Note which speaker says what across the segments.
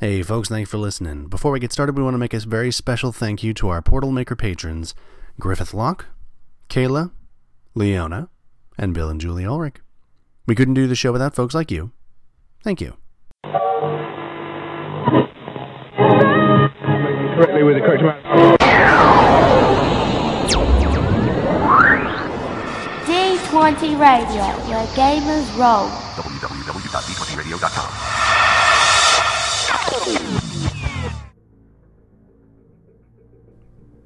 Speaker 1: Hey, folks, thanks for listening. Before we get started, we want to make a very special thank you to our Portal Maker patrons Griffith Locke, Kayla, Leona, and Bill and Julie Ulrich. We couldn't do the show without folks like you. Thank you.
Speaker 2: correctly with the correct amount.
Speaker 3: D20 Radio, where gamers roll.
Speaker 4: www.d20radio.com.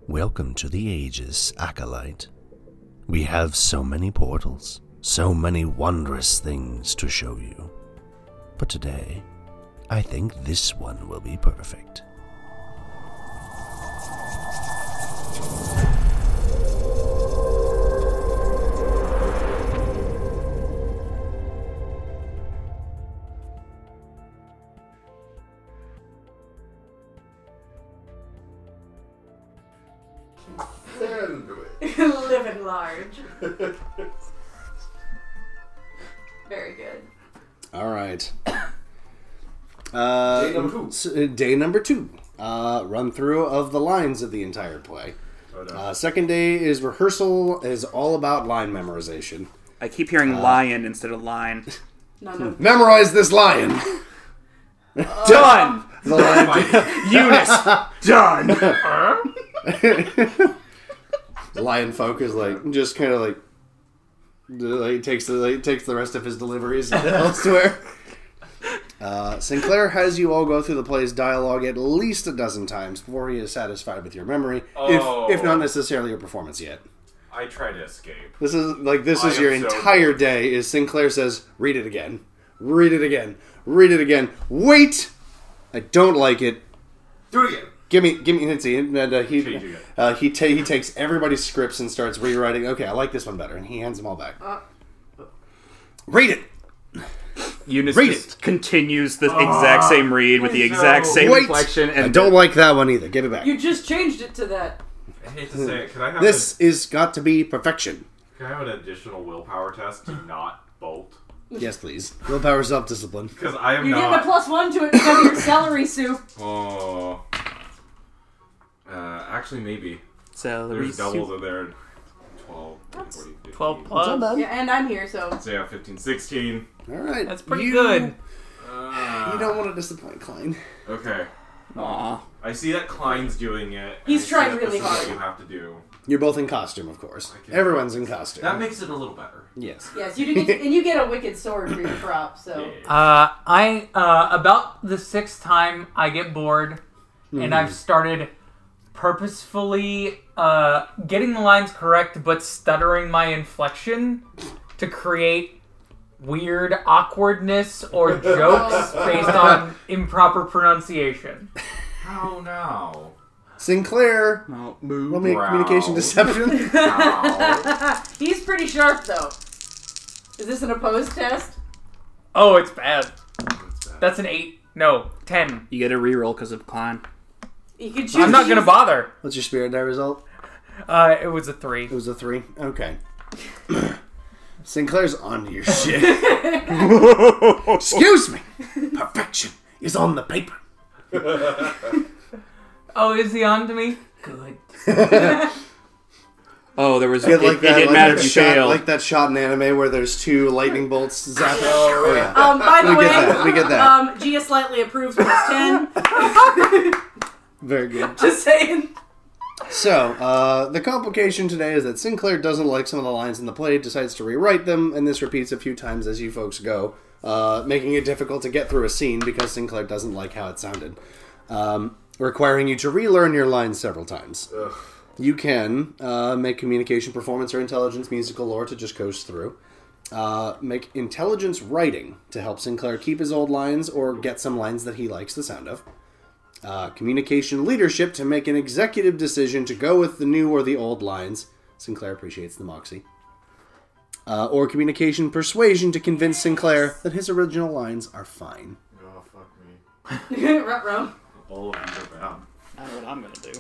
Speaker 1: Welcome to the Ages, Acolyte. We have so many portals, so many wondrous things to show you. But today, I think this one will be perfect.
Speaker 5: Living large. Very good.
Speaker 1: All right. Uh, day number two. day number two. Uh, run through of the lines of the entire play. Uh, second day is rehearsal. Is all about line memorization.
Speaker 6: I keep hearing
Speaker 1: Uh.
Speaker 6: lion instead of line.
Speaker 5: None of
Speaker 1: Memorize this lion.
Speaker 6: Done!
Speaker 1: The line,
Speaker 6: Eunice! Done!
Speaker 1: the lion folk is like just kind of like, like takes the like, takes the rest of his deliveries elsewhere. Uh, Sinclair has you all go through the play's dialogue at least a dozen times before he is satisfied with your memory,
Speaker 7: Oh.
Speaker 1: if if not necessarily your performance yet.
Speaker 7: I try to escape.
Speaker 1: This is like this
Speaker 7: I
Speaker 1: is your
Speaker 7: am so
Speaker 1: entire
Speaker 7: bored.
Speaker 1: day. Is Sinclair says, read it again, read it again, read it again. Wait, I don't like it.
Speaker 7: Do it again.
Speaker 1: Give me, give me hints. And uh,
Speaker 7: Change
Speaker 1: he
Speaker 7: again.
Speaker 1: uh, he ta- he takes everybody's scripts and starts rewriting. Okay, I like this one better, and he hands them all back.
Speaker 8: Uh,
Speaker 1: read it.
Speaker 6: Eunice
Speaker 1: Read
Speaker 6: just continues the exact same read with the exact
Speaker 7: no.
Speaker 6: same
Speaker 1: Uh, Wait,
Speaker 6: inflection
Speaker 1: I
Speaker 6: and
Speaker 1: don't like that one either. Give it back.
Speaker 5: You just changed it to that.
Speaker 7: I hate to say it. Can I have
Speaker 1: This is got to be
Speaker 7: A,
Speaker 1: perfection.
Speaker 7: can I have an additional willpower test to not bolt?
Speaker 1: Yes, please. Willpower, self discipline.
Speaker 7: Because I am
Speaker 5: You're getting a
Speaker 7: not.
Speaker 5: plus one to it because of your celery soup.
Speaker 7: oh. Uh, actually, maybe
Speaker 6: Celery
Speaker 7: there's doubles
Speaker 6: soup.
Speaker 7: in there. 12, 14, 15.
Speaker 8: 12 plus.
Speaker 1: bad.
Speaker 5: Yeah, and I'm here, so.
Speaker 7: So yeah, 15, 16.
Speaker 1: All right,
Speaker 8: That's pretty
Speaker 1: You-
Speaker 8: good.
Speaker 7: Uh,
Speaker 1: You don't want to disappoint Klein.
Speaker 7: Okay.
Speaker 6: Aw.
Speaker 7: I see that Klein's doing it. and
Speaker 5: He's
Speaker 7: I see
Speaker 5: trying
Speaker 7: that
Speaker 5: really
Speaker 7: this is
Speaker 5: hard.
Speaker 7: What you have to do.
Speaker 1: You're both in costume, of course.
Speaker 7: Okay.
Speaker 1: Everyone's in costume.
Speaker 7: That makes it a little better.
Speaker 1: yes.
Speaker 5: Yes, you did get, and you get a wicked sword for your prop, so.
Speaker 7: Yeah.
Speaker 8: Uh, I uh, about the sixth time I get bored, and I've started purposefully uh, getting the lines correct, but stuttering my inflection to create weird awkwardness or jokes based on improper pronunciation.
Speaker 7: How now?
Speaker 1: Sinclair,
Speaker 6: Oh,
Speaker 1: roll
Speaker 6: move.
Speaker 1: me a
Speaker 7: Wow.
Speaker 1: communication deception.
Speaker 7: How?
Speaker 5: He's pretty sharp, though. Is this an opposed test?
Speaker 8: Oh, it's bad. That's an eight. No, ten.
Speaker 6: You get a reroll because of Klein.
Speaker 5: You could choose.
Speaker 8: I'm not gonna
Speaker 5: use-
Speaker 8: bother.
Speaker 1: What's your spirit die result?
Speaker 8: Uh, it was a three.
Speaker 1: It was a three. Okay. Sinclair's on your shit. Excuse me. Perfection is on the paper.
Speaker 8: Oh, is he on to me? Good.
Speaker 6: Oh, there was.
Speaker 1: Get
Speaker 6: it,
Speaker 1: like
Speaker 6: it
Speaker 1: that,
Speaker 6: didn't
Speaker 1: like
Speaker 6: matter
Speaker 1: that
Speaker 6: if you
Speaker 1: shot,
Speaker 6: failed.
Speaker 1: like that shot in anime where there's two lightning bolts zapping. Oh, yeah.
Speaker 5: Um, by the
Speaker 1: We
Speaker 5: way,
Speaker 1: get that, we get that.
Speaker 5: Um, Gia slightly approves plus 10.
Speaker 1: Very good.
Speaker 5: Just saying.
Speaker 1: So, uh, the complication today is that Sinclair doesn't like some of the lines in the play, decides to rewrite them, and this repeats a few times as you folks go, uh, making it difficult to get through a scene because Sinclair doesn't like how it sounded, um, requiring you to relearn your lines several times. You can uh, make communication, performance, or intelligence musical lore to just coast through. Uh, make intelligence writing to help Sinclair keep his old lines or get some lines that he likes the sound of uh, communication leadership to make an executive decision to go with the new or the old lines. Sinclair appreciates the moxie. Uh, or communication persuasion to convince Sinclair that his original lines are fine.
Speaker 7: Oh, fuck me.
Speaker 5: Ruh-roh.
Speaker 7: All of these are bad.
Speaker 6: I know what I'm gonna do.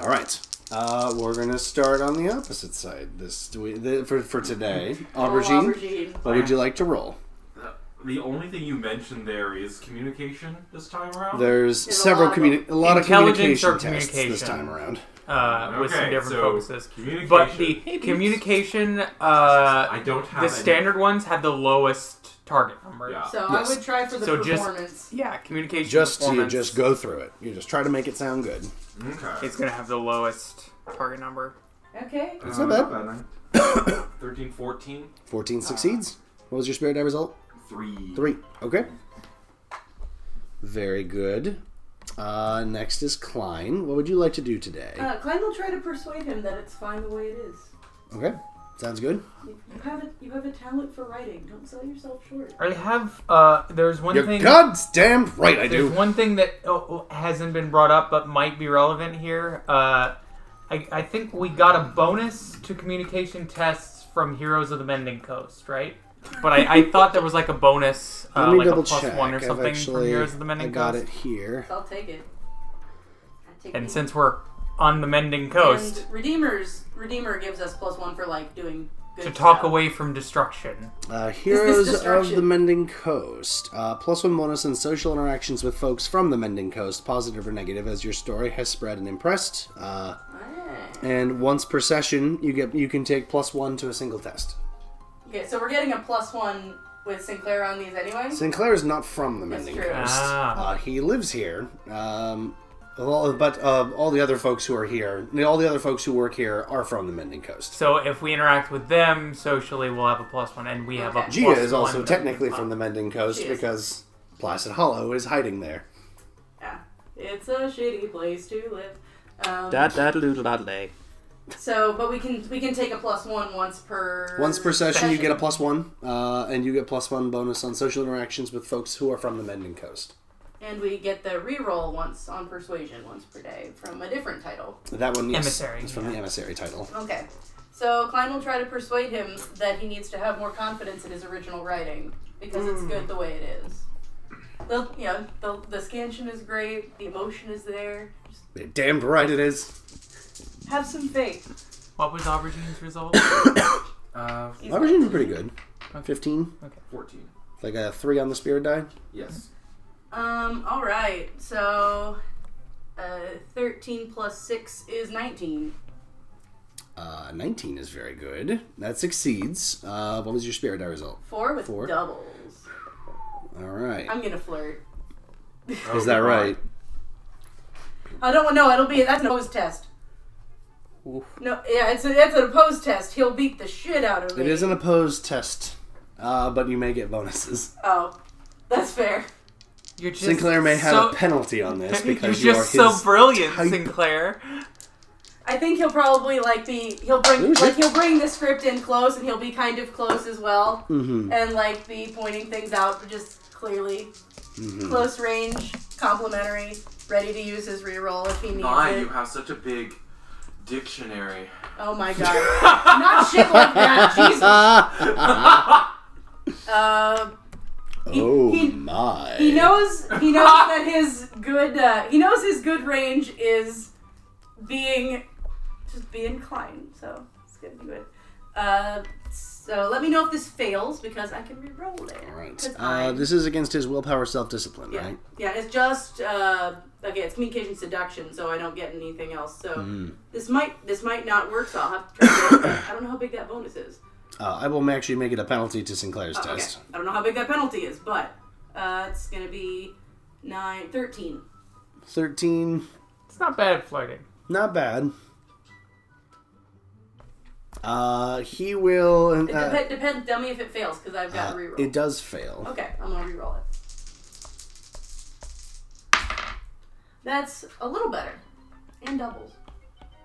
Speaker 1: All right. Uh, we're going to start on the opposite side this we, the, for, for today.
Speaker 5: Oh,
Speaker 1: Aubergine,
Speaker 5: aubergine.
Speaker 1: what would you like to roll?
Speaker 7: The only thing you mentioned there is communication this time around.
Speaker 1: There's
Speaker 5: There's a
Speaker 1: several
Speaker 5: lot of
Speaker 1: communi- a lot of
Speaker 8: Intelligence
Speaker 1: communication
Speaker 8: or
Speaker 1: tests this
Speaker 8: communication.
Speaker 1: time around.
Speaker 8: uh, with some
Speaker 7: Okay,
Speaker 8: different
Speaker 7: so
Speaker 8: focuses.
Speaker 7: communication.
Speaker 8: But the communication, uh,
Speaker 7: I don't have
Speaker 8: the
Speaker 7: any-
Speaker 8: standard ones had the lowest target numbers.
Speaker 7: Yeah.
Speaker 5: So
Speaker 1: Yes.
Speaker 5: I would try for the
Speaker 8: So just-
Speaker 5: performance.
Speaker 8: Yeah, communication.
Speaker 1: Just you
Speaker 8: performance,
Speaker 1: just go through it. You just try to make it sound good.
Speaker 7: Okay.
Speaker 8: It's gonna have the lowest target number.
Speaker 5: Okay.
Speaker 1: It's not bad.
Speaker 7: bad. 13, 14,
Speaker 1: 14 succeeds. What was your spirit die result?
Speaker 7: 3.
Speaker 1: Three. Okay. Very good. Uh, next is Klein. What would you like to do today?
Speaker 5: Uh, Klein will try to persuade him that it's fine the way it is.
Speaker 1: Okay. Sounds good.
Speaker 5: You, you have a you have a talent for writing. Don't sell yourself short.
Speaker 8: I have. Uh, there's one
Speaker 1: You're
Speaker 8: thing.
Speaker 1: goddamn right I
Speaker 8: There's
Speaker 1: do.
Speaker 8: one thing that oh, oh, hasn't been brought up but might be relevant here. Uh, I, I think we got a bonus to communication tests from Heroes of the Mending Coast, right? But I, I thought there was like a bonus, uh,
Speaker 1: Let me
Speaker 8: like
Speaker 1: double
Speaker 8: a plus
Speaker 1: check.
Speaker 8: one or
Speaker 1: I've
Speaker 8: something from
Speaker 1: actually,
Speaker 8: Heroes of the
Speaker 1: I
Speaker 8: Mending
Speaker 1: got
Speaker 8: Coast.
Speaker 1: it here.
Speaker 5: I'll take it. I take
Speaker 8: And
Speaker 5: it.
Speaker 8: since we're on the Mending Coast,
Speaker 5: And Redeemers Redeemer gives us plus one for like doing good
Speaker 8: to talk
Speaker 5: stuff.
Speaker 8: away from destruction.
Speaker 1: Uh, Heroes of the
Speaker 5: destruction.
Speaker 1: Mending Coast. Uh, plus one bonus in social interactions with folks from the Mending Coast, positive or negative, as your story has spread and impressed. Uh,
Speaker 5: Ah.
Speaker 1: and once per session, you get you can take plus one to a single test.
Speaker 5: Okay, so we're getting a plus one with Sinclair on these anyway.
Speaker 1: Sinclair is not from the
Speaker 5: That's
Speaker 1: Mending
Speaker 5: true.
Speaker 1: Coast.
Speaker 8: Ah.
Speaker 1: Uh, he lives here. Um, well, but uh, all the other folks who are here, all the other folks who work here, are from the Mending Coast.
Speaker 8: So if we interact with them socially, we'll have a plus one, and we have a
Speaker 5: Okay.
Speaker 8: plus
Speaker 1: Gia is also
Speaker 8: one.
Speaker 1: technically from the Mending Coast
Speaker 5: She is.
Speaker 1: because Placid Hollow is hiding there.
Speaker 5: Yeah. It's a shitty place to live. Um,
Speaker 6: Da da do da day.
Speaker 5: so, but we can we can take a plus one once per
Speaker 1: Once per session, you get a plus one, uh, and you get plus one bonus on social interactions with folks who are from the Mending Coast.
Speaker 5: and we get the reroll once on persuasion once per day from a different title.
Speaker 1: That one yes,
Speaker 8: Emissary,
Speaker 1: is from
Speaker 8: yeah.
Speaker 1: the emissary title.
Speaker 5: Okay. So Klein will try to persuade him that he needs to have more confidence in his original writing because it's
Speaker 1: Hmm.
Speaker 5: good the way it is. The you know the the scansion is great, the emotion is there. Just
Speaker 1: You're damned right it is.
Speaker 5: have some faith.
Speaker 8: What was Aubergine's result?
Speaker 7: Uh,
Speaker 5: He's
Speaker 1: That was
Speaker 5: got-
Speaker 1: even pretty good. Fifteen,
Speaker 7: 14.
Speaker 1: like a three on the spirit die.
Speaker 7: Yes.
Speaker 5: Um, alright, so uh, 13 plus 6 is 19.
Speaker 1: Uh, Nineteen is very good. That succeeds. Uh, what was your spirit die result?
Speaker 5: 4 with
Speaker 1: Four.
Speaker 5: doubles.
Speaker 1: All right.
Speaker 5: I'm gonna flirt.
Speaker 1: is that right?
Speaker 5: I don't know, it'll be, that's an opposed test. No, yeah, it's, a, it's an opposed test. He'll beat the shit out of me.
Speaker 1: It is an opposed test, uh, but you may get bonuses.
Speaker 5: Oh, that's fair.
Speaker 8: You're just
Speaker 1: Sinclair may have
Speaker 8: so-
Speaker 1: a penalty on this because
Speaker 8: You're
Speaker 1: you
Speaker 8: just
Speaker 1: are his
Speaker 8: so brilliant,
Speaker 1: type.
Speaker 8: Sinclair.
Speaker 5: I think he'll probably like be he'll bring
Speaker 1: Who's
Speaker 5: like
Speaker 1: it?
Speaker 5: he'll bring the script in close and he'll be kind of close as well and like be pointing things out but just clearly close range complimentary ready to use his reroll if he needs
Speaker 2: Why
Speaker 5: it.
Speaker 2: you have such a big dictionary?
Speaker 5: oh my god, not shit like that, Jesus.
Speaker 1: Ah!
Speaker 5: Uh, he,
Speaker 1: Oh
Speaker 5: he,
Speaker 1: my!
Speaker 5: he knows he knows that his good uh, he knows his good range is being just be inclined so it's gonna be good uh, so let me know if this fails because i can re-roll it
Speaker 1: All right.
Speaker 5: 'Cause
Speaker 1: Uh,
Speaker 5: I'm-
Speaker 1: this is against his willpower, self-discipline,
Speaker 5: yeah.
Speaker 1: right?
Speaker 5: yeah it's just uh, okay it's communication seduction so i don't get anything else so
Speaker 1: Mm-hmm.
Speaker 5: this might this might not work so i'll have to try again. i don't know how big that bonus is Oh,
Speaker 1: Uh, I will actually make it a penalty to Sinclair's
Speaker 5: okay.
Speaker 1: test.
Speaker 5: i don't know how big that penalty is but uh, it's gonna be 9 13
Speaker 1: Thirteen,
Speaker 8: It's not bad at flirting.
Speaker 1: not bad. Uh, he will.
Speaker 5: It
Speaker 1: Uh,
Speaker 5: dep- depends, tell me if it fails, because I've got
Speaker 1: uh,
Speaker 5: reroll.
Speaker 1: it does fail.
Speaker 5: okay, I'm gonna reroll it. That's a little better, and doubles.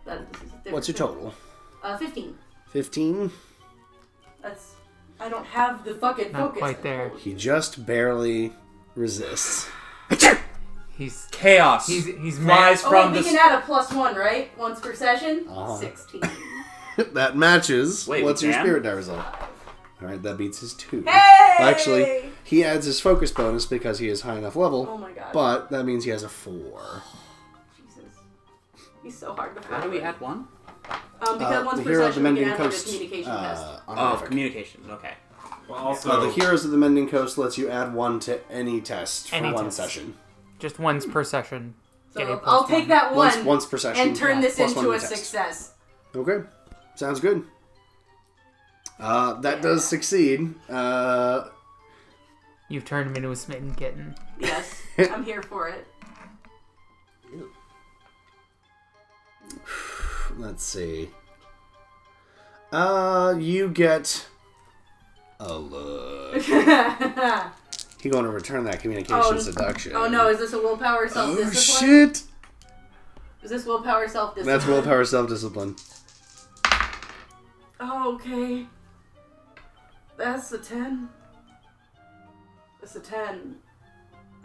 Speaker 5: That, this is a
Speaker 1: What's your
Speaker 5: different-
Speaker 1: total?
Speaker 5: Uh, Fifteen.
Speaker 1: Fifteen.
Speaker 5: That's. I don't have the fucking
Speaker 8: Not
Speaker 5: focus. Oh,
Speaker 8: quite there.
Speaker 1: He just barely resists.
Speaker 8: He's
Speaker 6: Chaos.
Speaker 8: he's he's mad.
Speaker 6: flies
Speaker 5: Oh,
Speaker 6: from
Speaker 5: wait, we
Speaker 6: the.
Speaker 5: can add a plus one, right? Once per session.
Speaker 1: Uh-huh.
Speaker 5: Sixteen.
Speaker 1: that matches.
Speaker 6: Wait, we
Speaker 1: What's your
Speaker 6: can?
Speaker 1: spirit die result? All right, that beats his two.
Speaker 5: Hey!
Speaker 1: Actually, he adds his focus bonus because he is high enough level.
Speaker 5: Oh my god.
Speaker 1: But that means he has a four.
Speaker 5: Jesus. He's so hard to
Speaker 6: How
Speaker 5: find.
Speaker 6: do we add one?
Speaker 5: Um, because
Speaker 1: Uh,
Speaker 5: once
Speaker 1: the
Speaker 5: per
Speaker 1: hero of the
Speaker 5: session, we
Speaker 1: Mending
Speaker 5: can add like, a
Speaker 1: Coast.
Speaker 5: communication test.
Speaker 1: Uh,
Speaker 6: Oh,
Speaker 1: honorific.
Speaker 6: communications. Okay.
Speaker 7: Well,
Speaker 1: Uh,
Speaker 7: also,
Speaker 1: the Heroes of the Mending Coast lets you add one to any test for
Speaker 8: Any
Speaker 1: one
Speaker 8: test.
Speaker 1: session.
Speaker 8: Just once per session.
Speaker 5: So
Speaker 8: Get a
Speaker 5: I'll
Speaker 8: plus
Speaker 5: take
Speaker 8: one.
Speaker 5: that one
Speaker 1: Once, once per session.
Speaker 5: and turn
Speaker 1: yeah,
Speaker 5: this
Speaker 1: plus one
Speaker 5: into
Speaker 1: to
Speaker 5: a
Speaker 1: test.
Speaker 5: success.
Speaker 1: Okay, sounds good. Uh, that does succeed. Uh,
Speaker 8: You've turned him into a smitten kitten.
Speaker 5: Yes, I'm here for it.
Speaker 1: let's see. Uh, you get a look. he going to return that communication
Speaker 5: Oh,
Speaker 1: seduction.
Speaker 5: Oh no, is this a willpower self
Speaker 1: Oh
Speaker 5: discipline?
Speaker 1: shit!
Speaker 5: Is this willpower self discipline?
Speaker 1: That's willpower self-discipline.
Speaker 5: Oh, okay. That's a 10. That's a 10.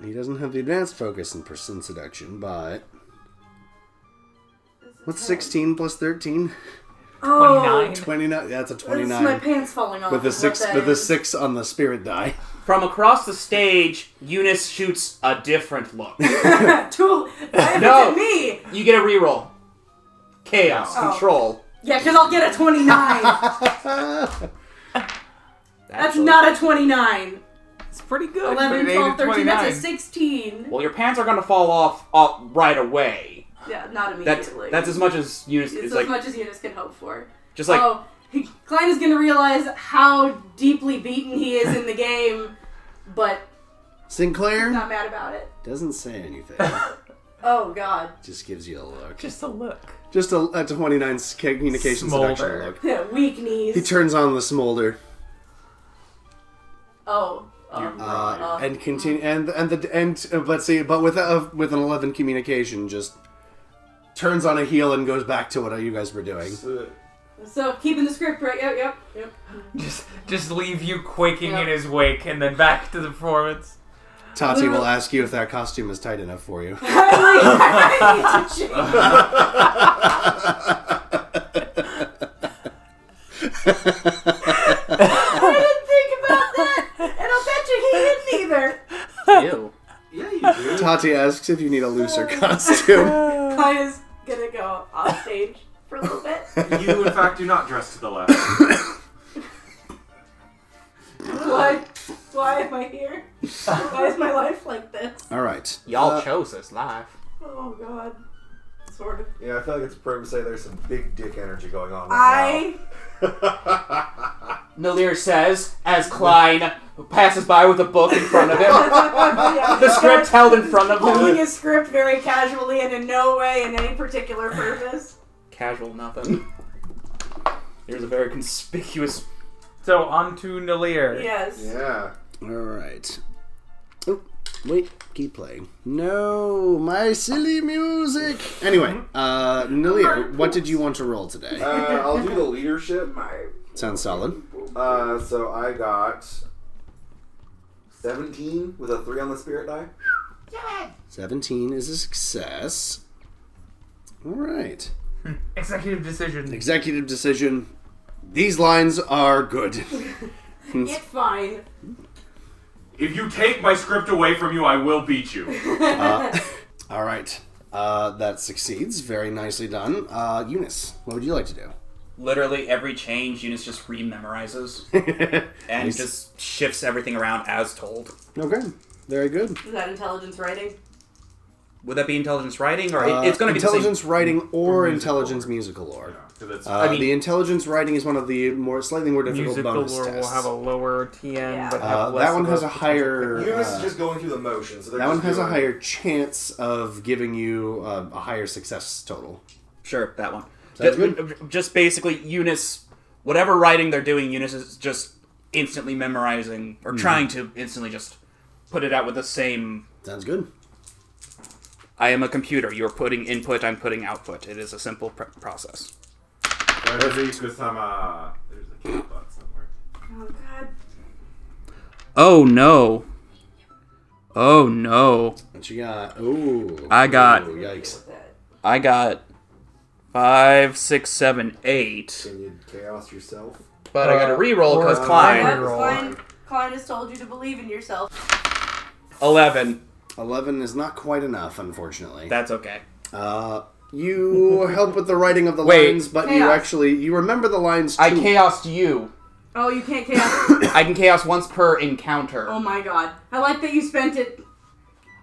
Speaker 1: He doesn't have the advanced focus in person seduction, but
Speaker 5: That's a
Speaker 1: what's
Speaker 5: 10.
Speaker 1: 16 plus 13?
Speaker 5: Oh,
Speaker 8: 29.
Speaker 1: 29. That's a
Speaker 5: That's my
Speaker 1: 29.
Speaker 5: pants falling off.
Speaker 1: With the
Speaker 5: is what
Speaker 1: six,
Speaker 5: that
Speaker 1: with the
Speaker 5: is.
Speaker 1: six on the spirit die.
Speaker 9: From across the stage, Eunice shoots a different look.
Speaker 5: Two.
Speaker 9: No.
Speaker 5: no. me.
Speaker 9: You get a reroll. Chaos.
Speaker 5: Oh.
Speaker 9: Control.
Speaker 5: Yeah, because I'll get a 29. That's
Speaker 9: Actually.
Speaker 5: not a 29.
Speaker 8: It's pretty good.
Speaker 5: 11,
Speaker 8: but it
Speaker 5: 12,
Speaker 8: ain't
Speaker 5: 13. That's a
Speaker 8: 29.
Speaker 5: 16.
Speaker 9: Well, your pants are going to fall off, off right away.
Speaker 5: Yeah, not
Speaker 9: That's
Speaker 5: immediately.
Speaker 9: that's as much as Eunice
Speaker 5: It's
Speaker 9: is
Speaker 5: as
Speaker 9: like.
Speaker 5: much as Eunice can hope for.
Speaker 9: Just like
Speaker 5: oh, he- Klein is going to realize how deeply beaten he is in the game, but
Speaker 1: Sinclair
Speaker 5: not mad about it.
Speaker 1: doesn't say anything.
Speaker 5: Oh, God.
Speaker 1: Just gives you a look.
Speaker 8: Just a look.
Speaker 1: Just a, a 29 communication seduction
Speaker 8: Smolder.
Speaker 1: look.
Speaker 5: Weak knees.
Speaker 1: He turns on the smolder
Speaker 5: oh. oh.
Speaker 1: uh, and continue and and the and uh, let's see, but with a with an 11 communication, just turns on a heel and goes back to what you guys were doing.
Speaker 5: So keeping the script right. Yep, yep, yep.
Speaker 8: Just, just leave you quaking
Speaker 5: Yeah.
Speaker 8: in his wake and then back to the performance.
Speaker 1: Tati will ask you if that costume is tight enough for you.
Speaker 5: I need to change. I didn't think about that, and I'll bet you he
Speaker 6: Ew.
Speaker 5: didn't either.
Speaker 7: yeah, you do.
Speaker 1: Tati asks if you need a looser costume.
Speaker 5: Kai is gonna go off stage for a little bit.
Speaker 7: you, in fact, do not dress to the left.
Speaker 5: Why? Why am I here? Why is my life like this?
Speaker 1: All right.
Speaker 9: y'all chose this life.
Speaker 5: Oh God. Sort of.
Speaker 10: Yeah, I feel like it's fair to say there's some big dick energy going on right
Speaker 5: I.
Speaker 9: Nalir says as Klein passes by with a book in front of him. the script held in front of
Speaker 5: Holding
Speaker 9: him.
Speaker 5: his script very casually and in no way in any particular purpose.
Speaker 9: Casual nothing. There's a very conspicuous.
Speaker 8: So on to Nalir.
Speaker 5: Yes.
Speaker 10: now.
Speaker 1: All right. Oh, wait. Keep playing. No, my silly music. Anyway, uh, Nilia, what did you want to roll today?
Speaker 10: Yeah. Uh, I'll do the leadership.
Speaker 1: Sounds solid.
Speaker 10: Uh, so I got 17 with a 3 on the spirit die.
Speaker 1: 17 is a success. All right.
Speaker 8: Executive decision.
Speaker 1: Executive decision. These lines are good.
Speaker 5: It's fine.
Speaker 7: If you take my script away from you, I will beat you.
Speaker 1: All right. Uh, that succeeds. Very nicely done. Uh, Eunice, what would you like to do?
Speaker 9: Literally every change, Eunice just rememorizes and just shifts everything around as told.
Speaker 1: Okay. Very good.
Speaker 5: Is that intelligence writing?
Speaker 9: Would that be intelligence writing, or
Speaker 1: Uh,
Speaker 9: it- it's going to be
Speaker 1: intelligence
Speaker 9: The
Speaker 1: writing or intelligence musical lore.
Speaker 7: 'Cause it's-
Speaker 1: Uh,
Speaker 9: I mean-
Speaker 1: the intelligence writing is one of the more slightly more difficult
Speaker 8: Musical
Speaker 1: bonus
Speaker 8: lore will
Speaker 1: tests.
Speaker 8: have a lower TN,
Speaker 5: Yeah.
Speaker 8: but have
Speaker 1: uh,
Speaker 8: less
Speaker 1: that one
Speaker 8: of
Speaker 1: has
Speaker 8: a
Speaker 1: a higher.
Speaker 10: Eunice
Speaker 1: uh,
Speaker 10: is just going through the motions. So they're
Speaker 1: that
Speaker 10: just
Speaker 1: one has a
Speaker 10: doing-
Speaker 1: higher chance of giving you uh, a higher success total.
Speaker 9: same. Sure, that one.
Speaker 1: Sounds
Speaker 9: Just, just basically, Eunice, whatever writing they're doing, Eunice is just instantly memorizing or trying to instantly just put it out with the same.
Speaker 1: Sounds good.
Speaker 9: I am a computer. You're putting input. I'm putting output. It is a simple pr- process.
Speaker 7: Kusama- uh, There's a cat butt somewhere.
Speaker 5: Oh God.
Speaker 9: Oh no. Oh no.
Speaker 1: What you got? Ooh.
Speaker 9: I got-
Speaker 1: Ooh, yikes.
Speaker 9: I got five, six, seven, eight.
Speaker 10: Can you chaos yourself?
Speaker 9: But I got a reroll because
Speaker 8: Uh,
Speaker 9: Klein.
Speaker 5: Yep,
Speaker 8: roll.
Speaker 5: Klein, Klein has told you to believe in yourself.
Speaker 9: Eleven.
Speaker 1: Eleven is not quite enough, unfortunately.
Speaker 9: That's okay.
Speaker 1: Uh, you help with the writing of the
Speaker 9: Wait.
Speaker 1: lines, but you
Speaker 5: Chaos.
Speaker 1: actually you remember the lines. Too.
Speaker 9: I chaosed you.
Speaker 5: Oh, you can't chaos.
Speaker 9: I can chaos once per encounter.
Speaker 5: oh my god. I like that you spent it.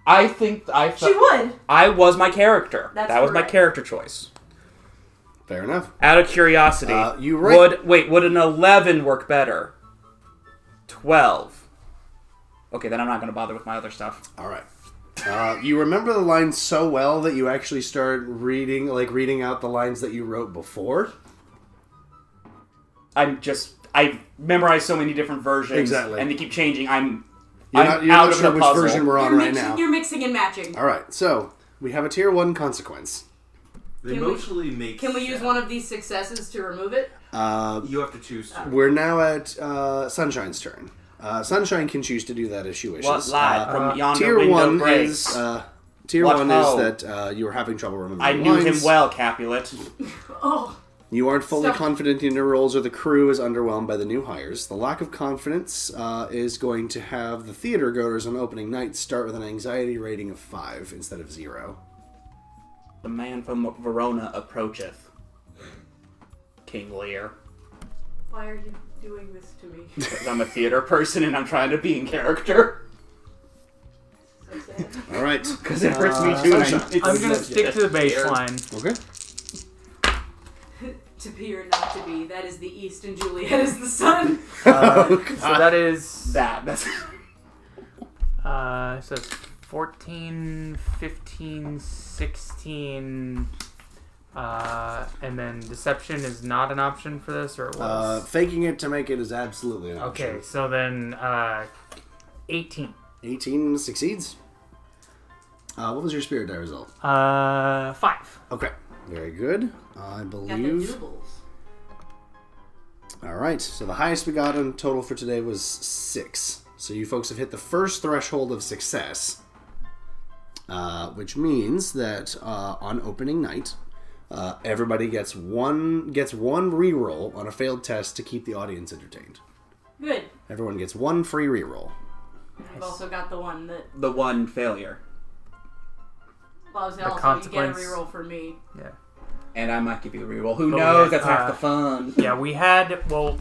Speaker 9: I think I fe-
Speaker 5: She would.
Speaker 9: I was my character.
Speaker 5: That's
Speaker 9: that was my
Speaker 5: correct.
Speaker 9: character choice.
Speaker 1: Fair enough.
Speaker 9: Out of curiosity,
Speaker 1: Uh, you right-
Speaker 9: would wait? Would an eleven work better? Twelve. Okay, then I'm not going to bother with my other stuff.
Speaker 1: All right. Uh, you remember the lines so well that you actually start reading, like reading out the lines that you wrote before.
Speaker 9: I'm just I've memorized so many different versions,
Speaker 1: Exactly.
Speaker 9: and they keep changing. I'm
Speaker 1: You're
Speaker 9: I'm
Speaker 1: not, you're
Speaker 9: out
Speaker 1: not
Speaker 9: of
Speaker 1: sure
Speaker 9: the
Speaker 1: which
Speaker 9: puzzle.
Speaker 1: version we're on
Speaker 5: You're,
Speaker 1: right
Speaker 5: mixing,
Speaker 1: now.
Speaker 5: you're mixing and matching.
Speaker 1: All right, so we have a tier one consequence.
Speaker 2: They
Speaker 5: Can we-
Speaker 2: mostly make.
Speaker 5: Can we use
Speaker 2: sense.
Speaker 5: one of these successes to remove it?
Speaker 1: Uh,
Speaker 2: You have to choose two.
Speaker 1: we're now at uh, Sunshine's turn. Uh, Sunshine can choose to do that if she wishes.
Speaker 9: what lied
Speaker 1: Uh,
Speaker 9: from yonder
Speaker 1: tier
Speaker 9: window
Speaker 1: one
Speaker 9: breaks.
Speaker 1: is uh, tier
Speaker 9: What
Speaker 1: one
Speaker 9: ho.
Speaker 1: is that uh, you are having trouble remembering.
Speaker 9: I knew him
Speaker 1: lines.
Speaker 9: well, Capulet.
Speaker 5: Oh,
Speaker 1: You aren't fully
Speaker 5: Stop.
Speaker 1: confident in your roles, or the crew is underwhelmed by the new hires. The lack of confidence uh, is going to have the theater goers on opening night start with an anxiety rating of five instead of zero.
Speaker 9: The man from Verona approacheth. King Lear.
Speaker 5: why are you doing this to me?
Speaker 9: 'Cause I'm a theater person and I'm trying to be in character.
Speaker 5: So sad.
Speaker 1: All right.
Speaker 9: Because it hurts me too. and I-
Speaker 1: Sunshine.
Speaker 9: Uh, it's-
Speaker 8: I'm gonna stick to the baseline.
Speaker 1: Okay.
Speaker 5: to be or not to be, that is the east, and Juliet is the sun.
Speaker 1: Uh, Ah.
Speaker 8: So that is
Speaker 9: that. That's
Speaker 8: uh, so it's 14, 15, 16, uh, and then deception is not an option for this, or it
Speaker 1: Uh,
Speaker 8: was.
Speaker 1: faking it to make it is absolutely an
Speaker 8: okay,
Speaker 1: option.
Speaker 8: so then uh, 18.
Speaker 1: 18 succeeds. Uh, what was your spirit die result?
Speaker 8: Uh, five.
Speaker 1: Okay. Very good. I
Speaker 5: Got their
Speaker 1: believe.
Speaker 5: doodles.
Speaker 1: All right. So the highest we got in total for today was six. So you folks have hit the first threshold of success, uh, which means that uh, on opening night, uh, everybody gets one gets one reroll on a failed test to keep the audience entertained.
Speaker 5: Good.
Speaker 1: Everyone gets one free reroll.
Speaker 5: I've also got the one that
Speaker 9: the one failure.
Speaker 5: well, I was also
Speaker 8: consequence.
Speaker 5: you get a reroll for me.
Speaker 8: Yeah.
Speaker 9: And I might give you the reroll. Who
Speaker 8: But we
Speaker 9: knows?
Speaker 8: had,
Speaker 9: That's half
Speaker 8: uh,
Speaker 9: the fun.
Speaker 8: Yeah, we had well,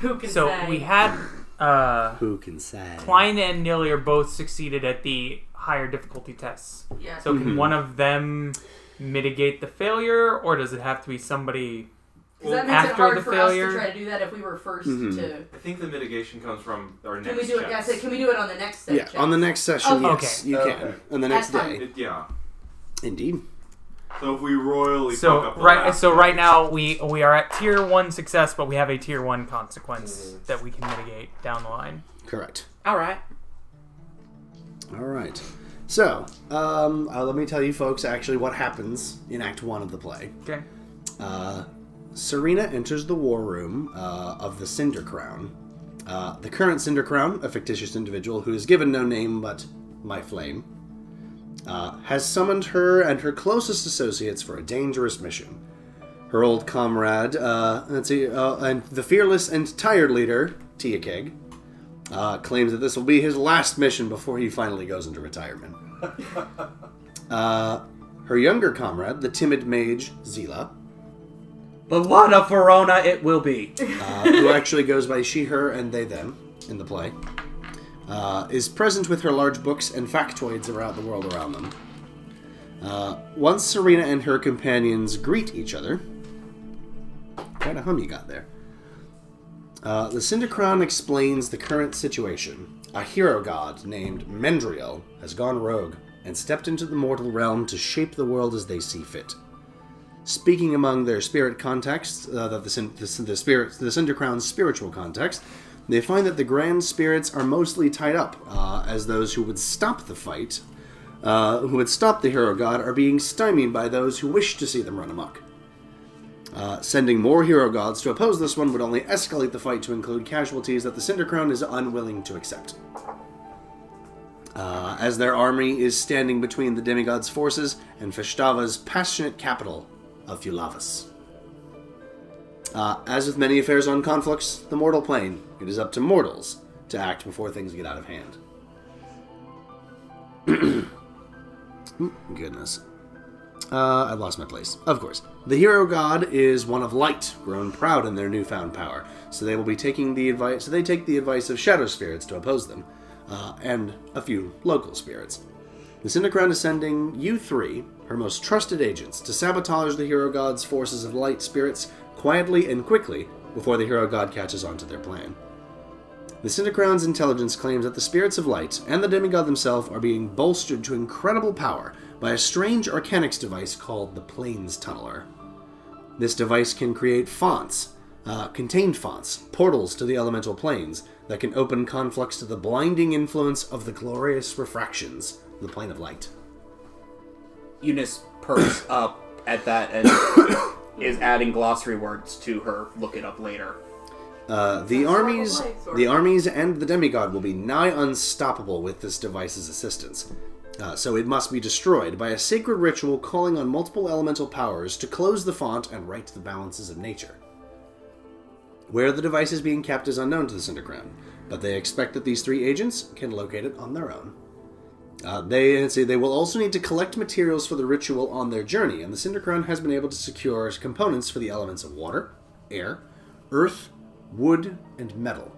Speaker 5: Who can
Speaker 8: so
Speaker 5: say?
Speaker 8: we had uh,
Speaker 1: Who can say?
Speaker 8: Klein and Nilly are both succeeded at the higher difficulty tests.
Speaker 5: yeah.
Speaker 8: So can one of them mitigate the failure, or does it have to be somebody?
Speaker 5: 'Cause that makes
Speaker 8: after
Speaker 5: it hard
Speaker 8: the
Speaker 5: for
Speaker 8: failure- Mm-hmm.
Speaker 5: us to try to do that if we were 1st to.
Speaker 2: I think the mitigation comes from our next
Speaker 5: Can we do it? Yeah, I
Speaker 2: checks.
Speaker 5: said, can we do it on the next set?
Speaker 1: Yeah,
Speaker 5: check?
Speaker 1: on the next session,
Speaker 5: Okay.
Speaker 1: yes, you
Speaker 2: Okay.
Speaker 1: can. On the next
Speaker 5: That's fine.
Speaker 1: day,
Speaker 2: It- yeah.
Speaker 1: indeed.
Speaker 2: So if we royally fuck
Speaker 8: So
Speaker 2: up the
Speaker 8: right,
Speaker 2: last
Speaker 8: so
Speaker 2: one,
Speaker 8: right now we we are at tier one success, but we have a tier one consequence that we can mitigate down the line.
Speaker 1: Correct.
Speaker 9: All right.
Speaker 1: All right. So, um, uh, let me tell you folks actually what happens in Act One of the play.
Speaker 8: Okay.
Speaker 1: Uh, Serena enters the war room uh, of the Cinder Crown. Uh, the current Cinder Crown, a fictitious individual who is given no name but My Flame, uh, has summoned her and her closest associates for a dangerous mission. Her old comrade, uh, let's see, uh, and the fearless and tired leader, Tia Keg, uh, claims that this will be his last mission before he finally goes into retirement. uh, her younger comrade, the timid mage, Zila,
Speaker 9: The lot of Verona it will be.
Speaker 1: uh, who actually goes by she, her, and they, them in the play, uh, is present with her large books and factoids around the world around them. Uh, once Serena and her companions greet each other, quite a hum you got there. Uh, the Syndicron explains the current situation. A hero god named Mendriel has gone rogue and stepped into the mortal realm to shape the world as they see fit speaking among their spirit contexts, uh, the, the, syn- the, syn- the spirit, the Cinder Crown's spiritual context, they find that the Grand Spirits are mostly tied up, uh, as those who would stop the fight, uh, who would stop the Hero God, are being stymied by those who wish to see them run amok. Uh, sending more Hero Gods to oppose this one would only escalate the fight to include casualties that the Cinder Crown is unwilling to accept. Uh, as their army is standing between the demigod's forces and Feshtava's passionate capital of Eulavas. Uh, as with many affairs on conflicts, the mortal plane, it is up to mortals to act before things get out of hand. Mm, Goodness. Uh, I lost my place. Of course. The hero god is one of light, grown proud in their newfound power. So they will be taking the advice. So they take the advice of shadow spirits to oppose them, uh, and a few local spirits. The Synchron is sending you three, her most trusted agents, to sabotage the hero god's forces of light spirits quietly and quickly before the hero god catches on to their plan. The Synchron's intelligence claims that the spirits of light and the demigod themselves are being bolstered to incredible power by a strange arcanics device called the Planes Tunneler. This device can create fonts, uh, contained fonts, portals to the elemental planes that can open conflicts to the blinding influence of the glorious refractions, the plane of light.
Speaker 9: Eunice perks up at that and is adding glossary words to her look it up later.
Speaker 1: Uh, the armies, the armies, and the demigod will be nigh unstoppable with this device's assistance. Uh, so it must be destroyed by a sacred ritual calling on multiple elemental powers to close the font and right the balances of nature. Where the device is being kept is unknown to the Syndercrown, but they expect that these three agents can locate it on their own. Uh, they let's see, they will also need to collect materials for the ritual on their journey, and the Syndercrown has been able to secure components for the elements of water, air, earth, wood, and metal.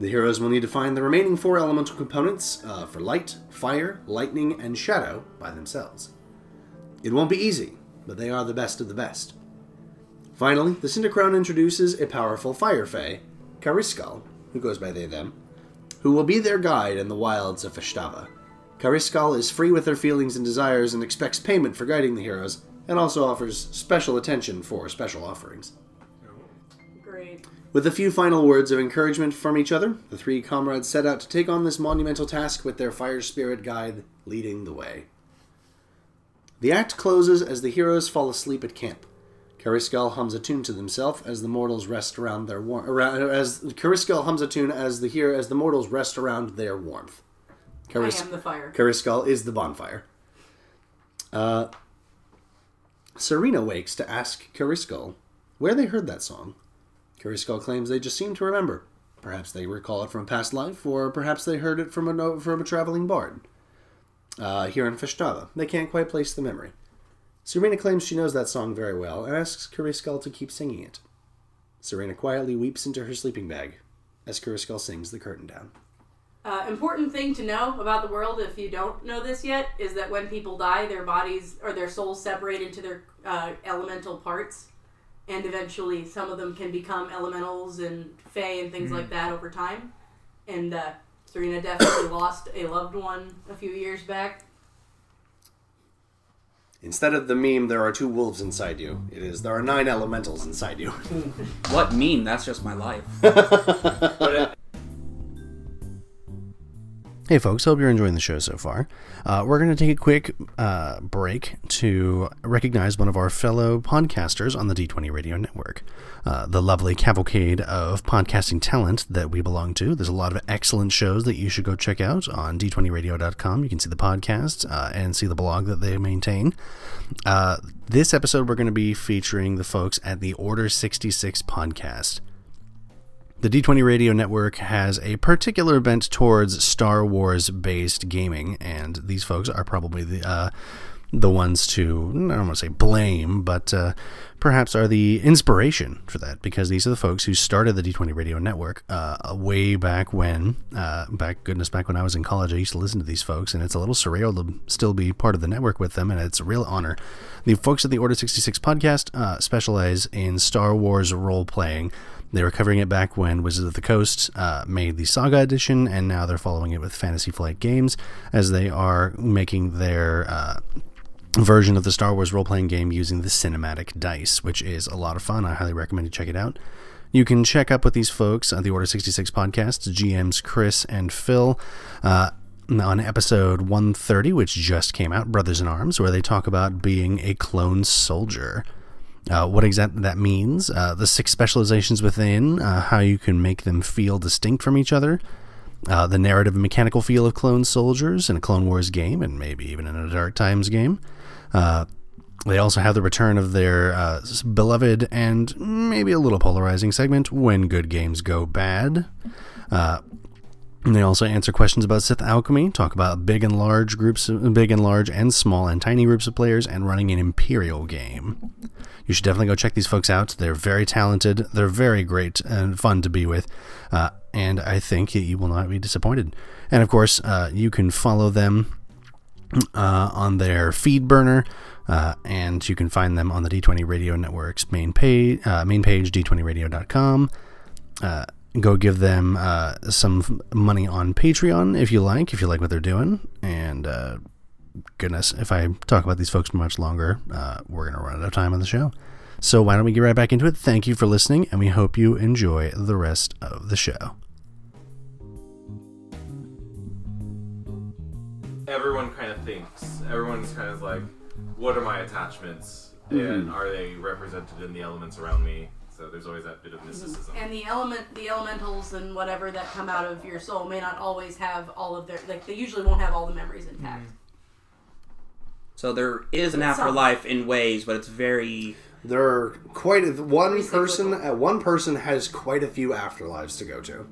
Speaker 1: The heroes will need to find the remaining four elemental components uh, for light, fire, lightning, and shadow by themselves. It won't be easy, but they are the best of the best. Finally, the Synchron introduces a powerful fire fae, Kariskal, who goes by they them, who will be their guide in the wilds of Feshtava. Kariskal is free with her feelings and desires and expects payment for guiding the heroes, and also offers special attention for special offerings.
Speaker 5: Great.
Speaker 1: With a few final words of encouragement from each other, the three comrades set out to take on this monumental task with their fire spirit guide leading the way. The act closes as the heroes fall asleep at camp. Kariskal hums a tune to themselves as the mortals rest around their warmth. As Kariskal hums a tune as the here as the mortals rest around their warmth. Karis-
Speaker 5: I am the fire.
Speaker 1: Kariskal is the bonfire. Uh, Serena wakes to ask Kariskal where they heard that song. Kariskal claims they just seem to remember. Perhaps they recall it from a past life, or perhaps they heard it from a no- from a traveling bard. Uh, here in Feshtava, they can't quite place the memory. Serena claims she knows that song very well and asks Kariskal to keep singing it. Serena quietly weeps into her sleeping bag as Kariskal sings the curtain down.
Speaker 5: Uh, important thing to know about the world, if you don't know this yet, is that when people die, their bodies or their souls separate into their uh, elemental parts, and eventually some of them can become elementals and fae and things like that over time. And uh, Serena definitely lost a loved one a few years back.
Speaker 1: Instead of the meme, there are two wolves inside you. It is there are nine elementals inside you.
Speaker 9: What mean? That's just my life.
Speaker 1: Hey, folks, hope you're enjoying the show so far. Uh, we're going to take a quick uh, break to recognize one of our fellow podcasters on the D20 Radio Network, uh, the lovely cavalcade of podcasting talent that we belong to. There's a lot of excellent shows that you should go check out on d20radio.com. You can see the podcast uh, and see the blog that they maintain. Uh, this episode, we're going to be featuring the folks at the Order 66 podcast. The D20 Radio Network has a particular bent towards Star Wars based gaming, and these folks are probably the. Uh, the ones to, I don't want to say blame, but uh, perhaps are the inspiration for that because these are the folks who started the D20 Radio Network uh, way back when, uh, back, goodness, back when I was in college, I used to listen to these folks, and it's a little surreal to still be part of the network with them, and it's a real honor. The folks at the Order 66 podcast uh, specialize in Star Wars role playing. They were covering it back when Wizards of the Coast uh, made the Saga edition, and now they're following it with Fantasy Flight Games as they are making their uh, version of the Star Wars role playing game using the cinematic dice, which is a lot of fun. I highly recommend you check it out. You can check up with these folks on the Order 66 podcast, GMs Chris and Phil. Uh, on episode 130, which just came out, Brothers in Arms, where they talk about being a clone soldier uh, what exactly that means, uh, the six specializations within, uh, how you can make them feel distinct from each other, uh, the narrative and mechanical feel of clone soldiers in a Clone Wars game, and maybe even in a Dark Times game. Uh, they also have the return of their uh, s- beloved and maybe a little polarizing segment, When Good Games Go Bad. Uh, And they also answer questions about Sith alchemy, talk about big and large groups, big and large and small and tiny groups of players, and running an Imperial game. You should definitely go check these folks out. They're very talented, they're very great and fun to be with, uh, and I think that you will not be disappointed. And of course, uh, you can follow them uh, on their feed burner, uh, and you can find them on the D20 Radio Network's main page, uh, main page d20radio.com. Uh, go give them uh, some f- money on Patreon if you like, if you like what they're doing. And uh, goodness, if I talk about these folks much longer, uh, we're going to run out of time on the show. So why don't we get right back into it? Thank you for listening, and we hope you enjoy the rest of the show.
Speaker 2: Everyone kind of thinks. Everyone's kind of like, what are my attachments? And
Speaker 1: Mm-hmm.
Speaker 2: are they represented in the elements around me? So there's always that bit of mysticism.
Speaker 5: And the element, the elementals, and whatever that come out of your soul may not always have all of their like. They usually won't have all the memories intact.
Speaker 9: So there is an
Speaker 5: Some.
Speaker 9: afterlife in ways, but it's very.
Speaker 1: There are quite a, one person. Uh, one person has quite a few afterlives to go to.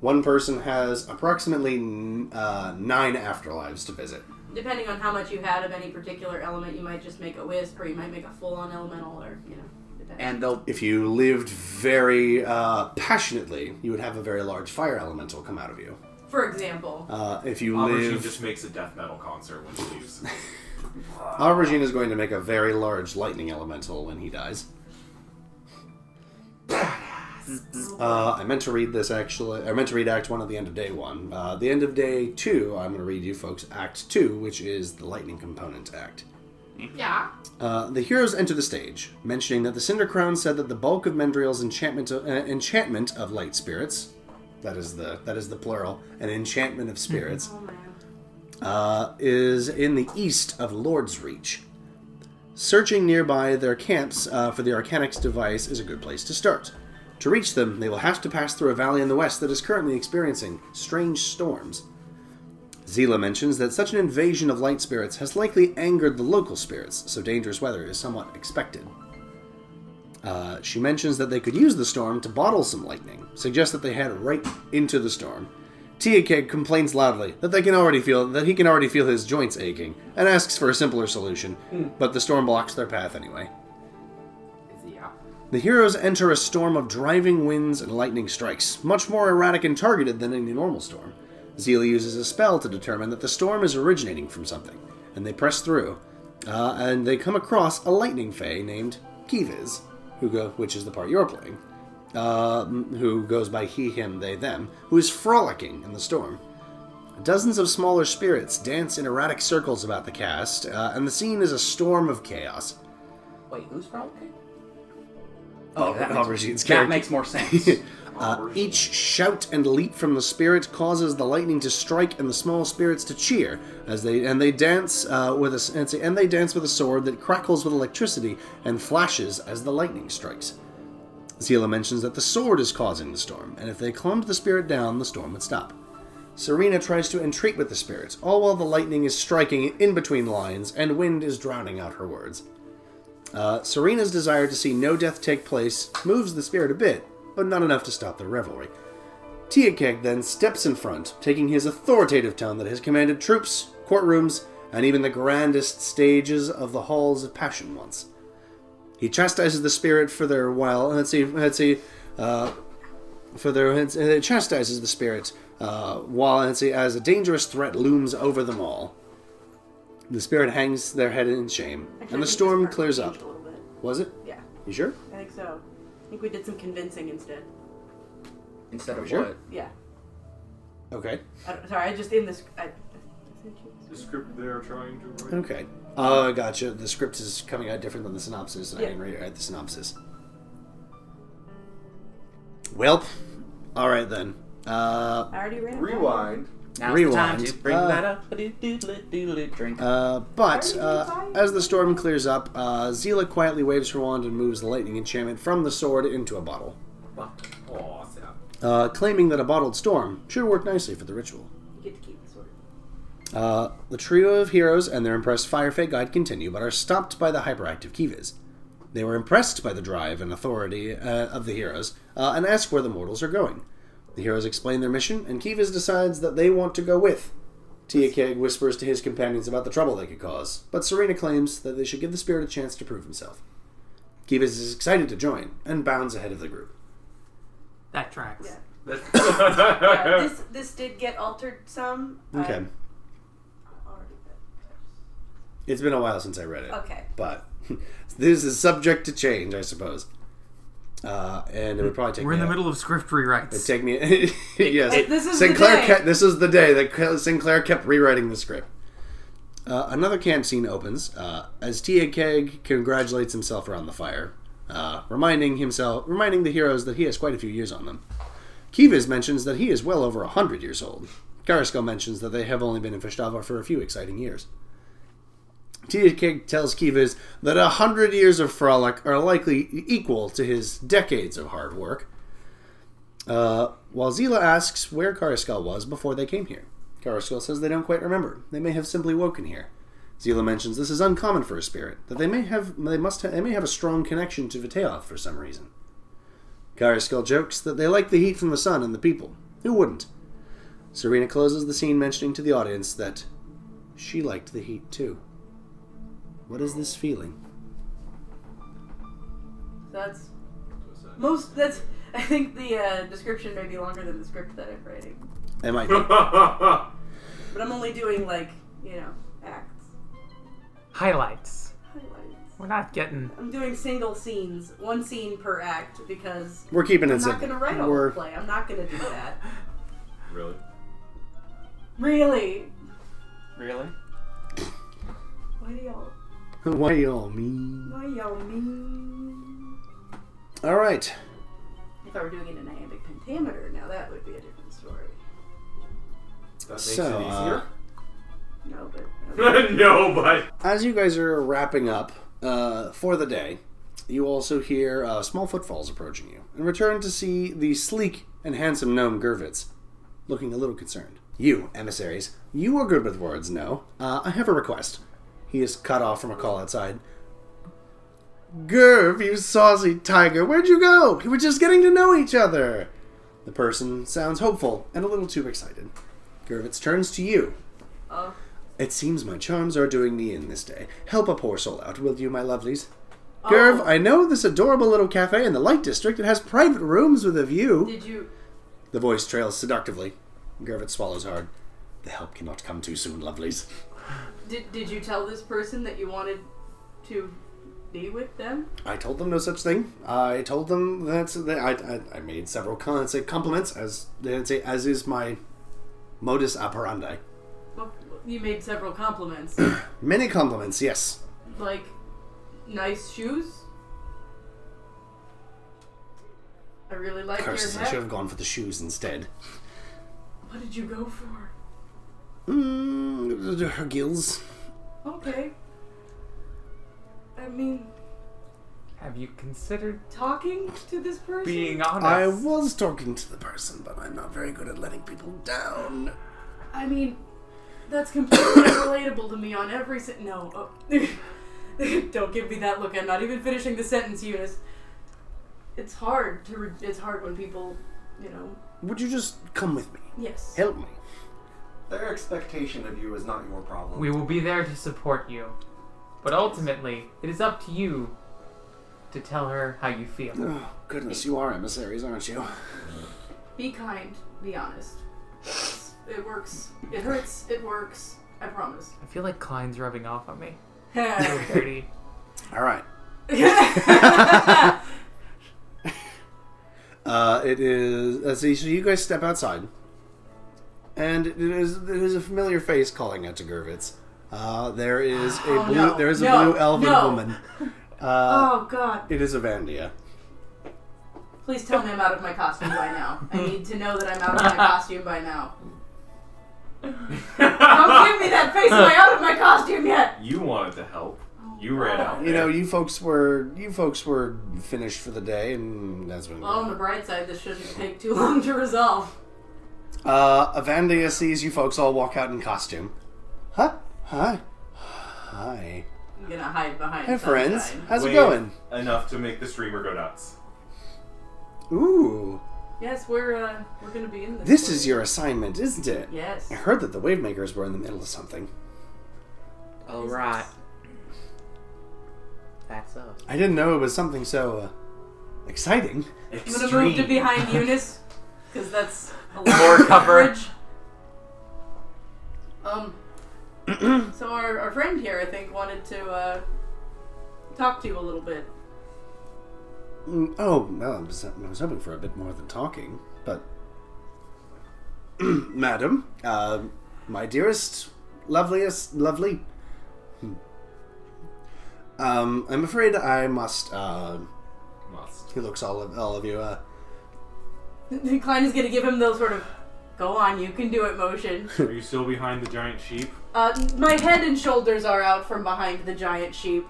Speaker 1: One person has approximately n- uh, nine afterlives to visit.
Speaker 5: Depending on how much you had of any particular element, you might just make a wisp, or you might make a full-on elemental, or you know. depending.
Speaker 9: And they'll.
Speaker 1: If you lived very uh, passionately, you would have a very large fire elemental come out of you.
Speaker 5: For example,
Speaker 1: Uh, if you
Speaker 2: Aubergine
Speaker 1: live,
Speaker 2: just makes a death metal concert when she leaves.
Speaker 1: Aubergine is going to make a very large lightning elemental when he dies. Uh, I meant to read this actually. I meant to read Act One at the end of Day One. Uh, the end of Day Two, I'm going to read you folks Act Two, which is the lightning component act.
Speaker 5: yeah.
Speaker 1: Uh, the heroes enter the stage, mentioning that the Cinder Crown said that the bulk of Mendriel's enchantment of, uh, enchantment of light spirits, that is the that is the plural, an enchantment of spirits,
Speaker 5: Oh man.
Speaker 1: uh, is in the east of Lord's Reach. Searching nearby their camps uh, for the Arcanix device is a good place to start. To reach them, they will have to pass through a valley in the west that is currently experiencing strange storms. Zila mentions that such an invasion of light spirits has likely angered the local spirits, so dangerous weather is somewhat expected. Uh, she mentions that they could use the storm to bottle some lightning, suggests that they head right into the storm. Tia Keg complains loudly that they can already feel that he can already feel his joints aching, and asks for a simpler solution, but the storm blocks their path anyway.
Speaker 5: Yeah.
Speaker 1: The heroes enter a storm of driving winds and lightning strikes, much more erratic and targeted than any normal storm. Zelia uses a spell to determine that the storm is originating from something, and they press through. Uh, and they come across a lightning fae named Kiviz, who go, which is the part you're playing, uh, who goes by he, him, they, them, who is frolicking in the storm. Dozens of smaller spirits dance in erratic circles about the cast, uh, and the scene is a storm of chaos.
Speaker 9: Wait, who's probably?
Speaker 1: Oh,
Speaker 9: makes, that makes more sense.
Speaker 1: Uh, each shout and leap from the spirit causes the lightning to strike and the small spirits to cheer as they and they dance uh, with a s- and say- and they dance with a sword that crackles with electricity and flashes as the lightning strikes. Zila mentions that the sword is causing the storm, and if they clumped the spirit down, the storm would stop. Serena tries to entreat with the spirits, all while the lightning is striking in between lines and wind is drowning out her words. Uh, Serena's desire to see no death take place moves the spirit a bit, but not enough to stop their revelry. Tiakek then steps in front, taking his authoritative tone that has commanded troops, courtrooms, and even the grandest stages of the halls of passion once. He chastises the spirit for their while. Let's see, let's see, uh, for their and it chastises the spirit uh, while let's see, as a dangerous threat looms over them all. The spirit hangs their head in shame, and the storm clears up.
Speaker 5: A little bit.
Speaker 1: Was it?
Speaker 5: Yeah,
Speaker 1: You sure?
Speaker 5: I think so. I think we did some convincing instead.
Speaker 9: Instead of
Speaker 1: Sure.
Speaker 9: what?
Speaker 5: Yeah.
Speaker 1: Okay.
Speaker 5: I don't, sorry, I just in this. I,
Speaker 2: the script they are trying to write.
Speaker 1: Okay. Uh, gotcha. The script is coming out different than the synopsis. and I
Speaker 5: Yeah.
Speaker 1: didn't rewrite the synopsis. Welp. All right then. Uh,
Speaker 5: I already ran.
Speaker 10: Rewind.
Speaker 9: Now's the
Speaker 1: Rewind.
Speaker 9: time to bring
Speaker 1: Uh,
Speaker 9: that up. Doodle-doodle-doodle-doodle, Drink.
Speaker 1: uh, but
Speaker 5: Are you
Speaker 1: uh,
Speaker 5: fine?
Speaker 1: as the storm clears up, uh, Zila quietly waves her wand and moves the lightning enchantment from the sword into a bottle,
Speaker 2: Aw, sad.
Speaker 1: uh, claiming that a bottled storm should work nicely for the ritual.
Speaker 5: You get to keep the sword.
Speaker 1: Uh, the trio of heroes and their impressed Firefay guide continue, but are stopped by the hyperactive Kivas. They were impressed by the drive and authority uh, of the heroes uh, and ask where the mortals are going. The heroes explain their mission, and Kivas decides that they want to go with. Tia Keg whispers to his companions about the trouble they could cause, but Serena claims that they should give the spirit a chance to prove himself. Kivas is excited to join and bounds ahead of the group.
Speaker 8: That tracks.
Speaker 5: Yeah. Yeah,
Speaker 7: yeah,
Speaker 5: this this did get altered some. I
Speaker 1: Okay.
Speaker 5: already did.
Speaker 1: It's been a while since I read it.
Speaker 5: Okay.
Speaker 1: But this is subject to change, I suppose. Uh, and it would probably take
Speaker 8: We're in
Speaker 1: me
Speaker 8: the
Speaker 1: a-
Speaker 8: middle of script
Speaker 1: It'd
Speaker 8: rewrites.
Speaker 1: take me. yes,
Speaker 5: It- this is the
Speaker 1: Sinclair.
Speaker 5: day.
Speaker 1: Kept, this is the day that Ke- Sinclair kept rewriting the script. Uh, another camp scene opens uh, as T.A. Keg congratulates himself around the fire, uh, reminding himself, reminding the heroes that he has quite a few years on them. Kivas mentions that he is well over hundred years old. Karisko mentions that they have only been in Fishtava for a few exciting years. Tia Keg tells Kivas that a hundred years of frolic are likely equal to his decades of hard work. Uh, while Zila asks where Karaskal was before they came here. Karaskal says they don't quite remember. They may have simply woken here. Zila mentions this is uncommon for a spirit, that they may have they must ha- they may have a strong connection to Vitaloth for some reason. Karaskal jokes that they like the heat from the sun and the people. Who wouldn't? Serena closes the scene mentioning to the audience that she liked the heat too. What is this feeling?
Speaker 5: So that's most. That's I think the uh, description may be longer than the script that I'm writing,
Speaker 1: Am I
Speaker 5: but I'm only doing like you know acts
Speaker 8: Highlights.
Speaker 5: highlights.
Speaker 8: We're not getting.
Speaker 5: I'm doing single scenes, one scene per act because
Speaker 1: We're keeping it
Speaker 5: I'm not
Speaker 1: simple.
Speaker 5: going to write a whole
Speaker 1: We're-
Speaker 5: play. I'm not going to do that.
Speaker 2: Really?
Speaker 5: Really?
Speaker 6: Really?
Speaker 5: Why do y'all?
Speaker 1: Why y'all mean?
Speaker 5: Why y'all mean?
Speaker 1: All right.
Speaker 5: If I were doing it in iambic pentameter, now that would be a different story.
Speaker 10: That makes
Speaker 1: So,
Speaker 10: it
Speaker 1: uh,
Speaker 10: easier.
Speaker 5: No, but
Speaker 7: no, but
Speaker 1: as you guys are wrapping up uh, for the day, you also hear uh, small footfalls approaching you and return to see the sleek and handsome gnome Gervitz, looking a little concerned. You, emissaries, you are good with words, no? Uh, I have a request. He is cut off from a call outside. Gerv, you saucy tiger, where'd you go? We were just getting to know each other. The person sounds hopeful and a little too excited. Gervitz turns to you
Speaker 5: oh,
Speaker 1: it seems my charms are doing me in this day. Help a poor soul out, will you, my lovelies? Gerv, I know this adorable little cafe in the Light District. It has private rooms with a view.
Speaker 5: did you?
Speaker 1: The voice trails seductively. Gervit swallows hard. The help cannot come too soon, lovelies.
Speaker 5: Did, did you tell this person that you wanted to be with them?
Speaker 1: I told them no such thing. I told them that that I, I, I made several con- say compliments, as they would say, as is my modus operandi.
Speaker 5: Well, you made several compliments,
Speaker 1: Many compliments, yes.
Speaker 5: like nice shoes. I really like your
Speaker 1: Curses, I should
Speaker 5: hat.
Speaker 1: have gone for the shoes instead.
Speaker 5: What did you go for?
Speaker 1: Mm, her gills.
Speaker 5: Okay. I mean,
Speaker 8: Have you considered
Speaker 5: talking to this person.
Speaker 8: being honest?
Speaker 1: I was talking to the person, but I'm not very good at letting people down.
Speaker 5: I mean, that's completely relatable to me on every sen- no. Oh. Don't give me that look. I'm not even finishing the sentence, Eunice. It's hard to. Re- it's hard when people, you know.
Speaker 1: Would you just come with me?
Speaker 5: Yes.
Speaker 1: Help me.
Speaker 10: Their expectation of you is not your problem.
Speaker 8: We will be there to support you. But ultimately, it is up to you to tell her how you feel.
Speaker 1: Oh, goodness, you are emissaries, aren't you?
Speaker 5: Be kind. Be honest. It works. It hurts. It works. I promise.
Speaker 8: I feel like Klein's rubbing off on me.
Speaker 5: I
Speaker 8: Dirty.
Speaker 1: All right. uh, it is. Let's see. So you guys step outside, and it is it is a familiar face calling out to Gervitz. Uh, there is a blue.
Speaker 5: Oh, no.
Speaker 1: There is a
Speaker 5: No.
Speaker 1: blue elven
Speaker 5: No.
Speaker 1: woman. Uh,
Speaker 5: oh God!
Speaker 1: It is Avandia.
Speaker 5: Please tell me I'm out of my costume by now.
Speaker 8: Hmm.
Speaker 5: I need to know that I'm out of my costume by now. Don't give me that face. Am I out of my costume yet?
Speaker 2: You wanted to help. You
Speaker 5: Oh.
Speaker 2: ran out.
Speaker 1: You
Speaker 2: there.
Speaker 1: know, you folks were you folks were finished for the day, and that's when.
Speaker 5: Well, on the bright side, this shouldn't take too long to resolve.
Speaker 1: Uh, Avandia sees you folks all walk out in costume. Huh? Hi. Hi.
Speaker 5: I'm gonna hide behind.
Speaker 1: Hey, friends.
Speaker 5: sunshine.
Speaker 1: How's it
Speaker 2: Wave
Speaker 1: going?
Speaker 2: Enough to make the streamer go nuts.
Speaker 1: Ooh.
Speaker 5: Yes, we're uh, we're gonna be in this.
Speaker 1: This
Speaker 5: one.
Speaker 1: is your assignment, isn't it?
Speaker 5: Yes.
Speaker 1: I heard that the Wavemakers were in the middle of something.
Speaker 9: All right. That's us.
Speaker 1: I didn't know it was something so uh, exciting.
Speaker 5: I'm gonna move to behind Eunice because that's a lot
Speaker 8: More
Speaker 5: of
Speaker 8: cover.
Speaker 5: coverage. Um. so our, our friend here, I think, wanted to uh, talk to you a little bit.
Speaker 1: Mm, Oh, well, I was, I was hoping for a bit more than talking, but. Madam, uh, my dearest, loveliest, lovely. Hmm. Um, I'm afraid I must. Uh,
Speaker 2: Must.
Speaker 1: he looks all of, all of you. Uh,
Speaker 5: Klein is gonna give him those sort of "Go on, you can do it" motion.
Speaker 7: Are you still behind the giant sheep?
Speaker 5: Uh, my head and shoulders are out from behind the giant sheep.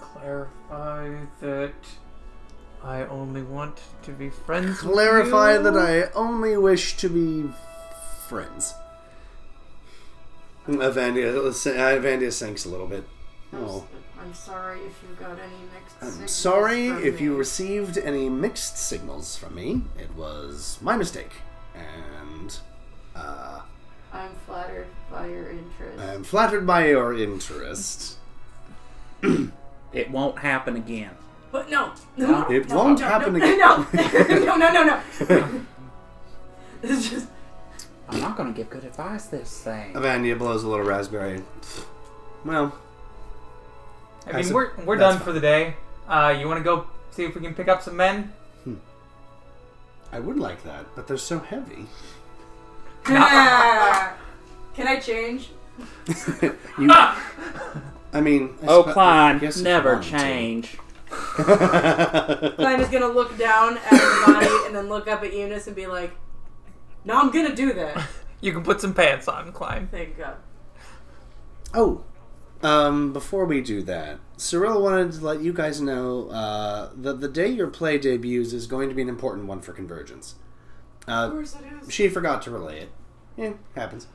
Speaker 8: Clarify that I only want to be friends
Speaker 1: clarify
Speaker 8: with you.
Speaker 1: that I only wish to be friends. Mm, Avandia, uh, Avandia sinks a little bit. Oh.
Speaker 5: I'm sorry if you got any mixed.
Speaker 1: I'm
Speaker 5: signals
Speaker 1: sorry
Speaker 5: from
Speaker 1: if
Speaker 5: me.
Speaker 1: you received any mixed signals from me. It was my mistake. And uh,
Speaker 5: I'm flattered by your interest.
Speaker 1: I'm flattered by your interest.
Speaker 9: It won't happen again.
Speaker 5: But no, no,
Speaker 1: It
Speaker 5: no,
Speaker 1: won't
Speaker 5: no,
Speaker 1: happen
Speaker 5: no,
Speaker 1: again.
Speaker 5: No, no, no, no, no. this is just
Speaker 9: I'm not gonna give good advice this thing.
Speaker 1: Avandia blows a little raspberry. Well,
Speaker 8: I
Speaker 1: As
Speaker 8: mean,
Speaker 1: a-
Speaker 8: we're, we're
Speaker 1: that's
Speaker 8: done for the day. Uh, you want to go see if we can pick up some men?
Speaker 1: I would like that, but they're so heavy.
Speaker 5: Can I change?
Speaker 1: You, I mean, I
Speaker 9: Oh,
Speaker 1: suppo- I
Speaker 9: Klein,
Speaker 1: guess if you
Speaker 9: never
Speaker 1: wanted to.
Speaker 9: change.
Speaker 5: Klein is gonna look down at everybody and then look up at Eunice and be like, "No, I'm gonna do that."
Speaker 8: You can put some pants on, Klein.
Speaker 5: Thank God.
Speaker 1: Oh, um, before we do that, Cyril wanted to let you guys know uh, that the day your play debuts is going to be an important one for Convergence. Uh,
Speaker 5: course it is.
Speaker 1: She forgot to relay it. Yeah, happens.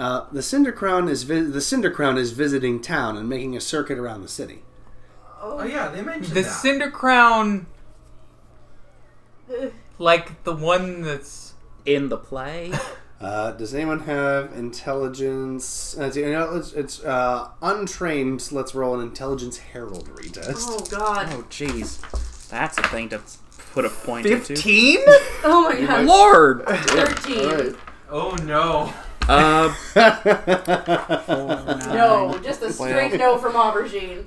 Speaker 1: Uh, the Cinder Crown is vi- the Cinder Crown is visiting town and making a circuit around the city.
Speaker 2: Oh yeah, they mentioned
Speaker 8: The
Speaker 2: that.
Speaker 8: Cinder Crown, like the one that's.
Speaker 9: In the play,
Speaker 1: Uh, does anyone have intelligence? Uh, you know, it's it's uh, untrained. so Let's roll an intelligence heraldry test.
Speaker 5: Oh God.
Speaker 9: oh jeez, that's a thing to put a point into.
Speaker 8: 15?
Speaker 5: Oh my God.
Speaker 9: Lord,
Speaker 5: Thirteen.
Speaker 2: Oh no.
Speaker 9: uh, Oh.
Speaker 5: No, just a straight no from Aubergine.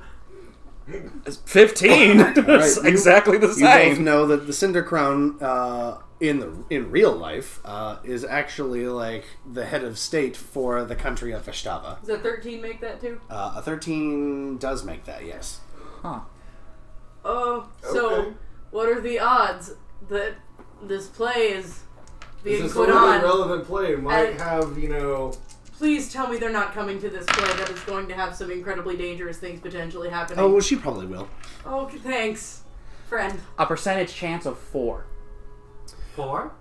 Speaker 9: fifteen. That's
Speaker 1: you-
Speaker 9: exactly the
Speaker 1: You both
Speaker 9: same.
Speaker 1: know that the Cinder Crown uh, in the in real life uh, is actually like the head of state for the country of Ashtava.
Speaker 5: Does a thirteen make that too?
Speaker 1: Uh, a thirteen does make that, yes.
Speaker 5: Oh, so
Speaker 10: Okay.
Speaker 5: what are the odds that this play is
Speaker 10: This
Speaker 5: being
Speaker 10: is a
Speaker 5: put
Speaker 10: really
Speaker 5: on?
Speaker 10: relevant play. Might
Speaker 5: And-
Speaker 10: have, you know,
Speaker 5: Please tell me they're not coming to this play that is going to have some incredibly dangerous things potentially happening.
Speaker 1: Oh well, she probably will.
Speaker 5: Okay, thanks, friend.
Speaker 9: A percentage chance of four.
Speaker 8: Four?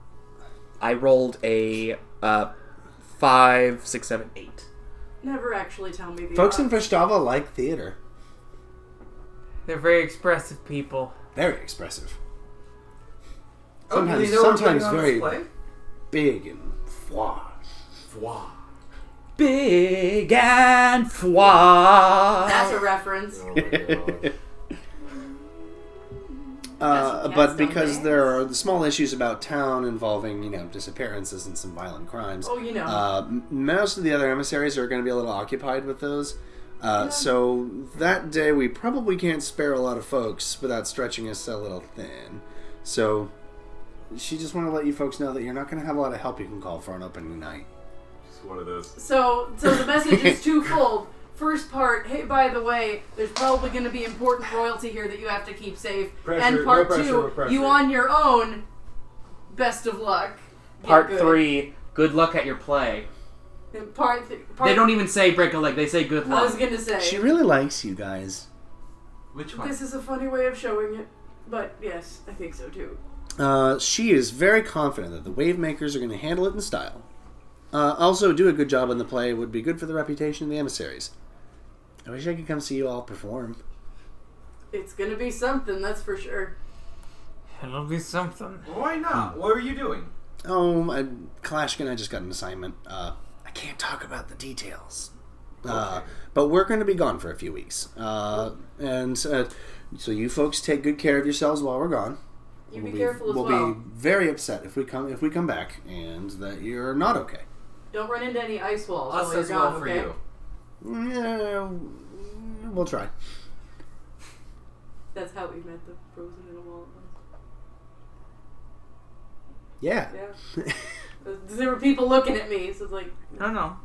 Speaker 9: I rolled a uh, five, six, seven, eight.
Speaker 5: Never actually tell me the
Speaker 1: Folks in
Speaker 5: odds.
Speaker 1: Ashtava like theater.
Speaker 8: They're very expressive people.
Speaker 1: Very expressive,
Speaker 2: Oh, do
Speaker 1: Sometimes-
Speaker 2: they know we're
Speaker 1: sometimes
Speaker 2: putting on
Speaker 1: very-
Speaker 2: this play?
Speaker 1: big and froid.
Speaker 2: Wow.
Speaker 9: Big and fwa.
Speaker 5: That's a reference.
Speaker 2: Oh my god.
Speaker 1: Uh,
Speaker 5: Yes,
Speaker 1: but
Speaker 5: don't
Speaker 1: because
Speaker 5: they?
Speaker 1: there are the small issues about town involving, you know, disappearances and some violent crimes.
Speaker 5: Oh, you know.
Speaker 1: Uh, m- most of the other emissaries are going to be a little occupied with those. Uh, So that day we probably can't spare a lot of folks without stretching us a little thin. So she just want to let you folks know that you're not going to have a lot of help you can call for an opening night.
Speaker 2: It's one of those.
Speaker 5: So, so the message is twofold. First part, hey, by the way, there's probably going to be important royalty here that you have to keep safe.
Speaker 10: Pressure,
Speaker 5: and part
Speaker 10: no pressure,
Speaker 5: two,
Speaker 10: no pressure.
Speaker 5: you on your own. Best of luck. Get
Speaker 9: Part
Speaker 5: good.
Speaker 9: three. Good luck at your play.
Speaker 5: And part, th- part.
Speaker 9: They don't even say break a leg. They say good
Speaker 5: I was
Speaker 9: luck.
Speaker 5: gonna say.
Speaker 1: She really likes you guys.
Speaker 2: Which one?
Speaker 5: This is a funny way of showing it, but yes, I think so too.
Speaker 1: Uh, she is very confident that the Wavemakers are going to handle it in style. Uh, also, do a good job in the play would be good for the reputation of the emissaries. I wish I could come see you all perform.
Speaker 5: It's gonna be something, that's for sure.
Speaker 8: It'll be something.
Speaker 2: Why
Speaker 8: Hmm.
Speaker 2: not? What were you doing?
Speaker 1: Oh, I, Clashkin, I just got an assignment. Uh, I can't talk about the details. Uh, but we're going to be gone for a few weeks. Uh, and uh, so you folks take good care of yourselves while we're gone.
Speaker 5: You be careful as
Speaker 1: we'll
Speaker 5: well.
Speaker 1: be very upset if we come if we come back and that you're not okay.
Speaker 5: Don't run into any ice walls.
Speaker 2: Us
Speaker 5: while you're
Speaker 2: as well
Speaker 5: gone,
Speaker 2: for
Speaker 5: okay?
Speaker 2: you.
Speaker 1: Yeah, we'll try.
Speaker 5: That's how we met the frozen in a wall. of
Speaker 1: Yeah.
Speaker 5: Us. Yeah. there were people looking at me, so it's like,
Speaker 9: No, no.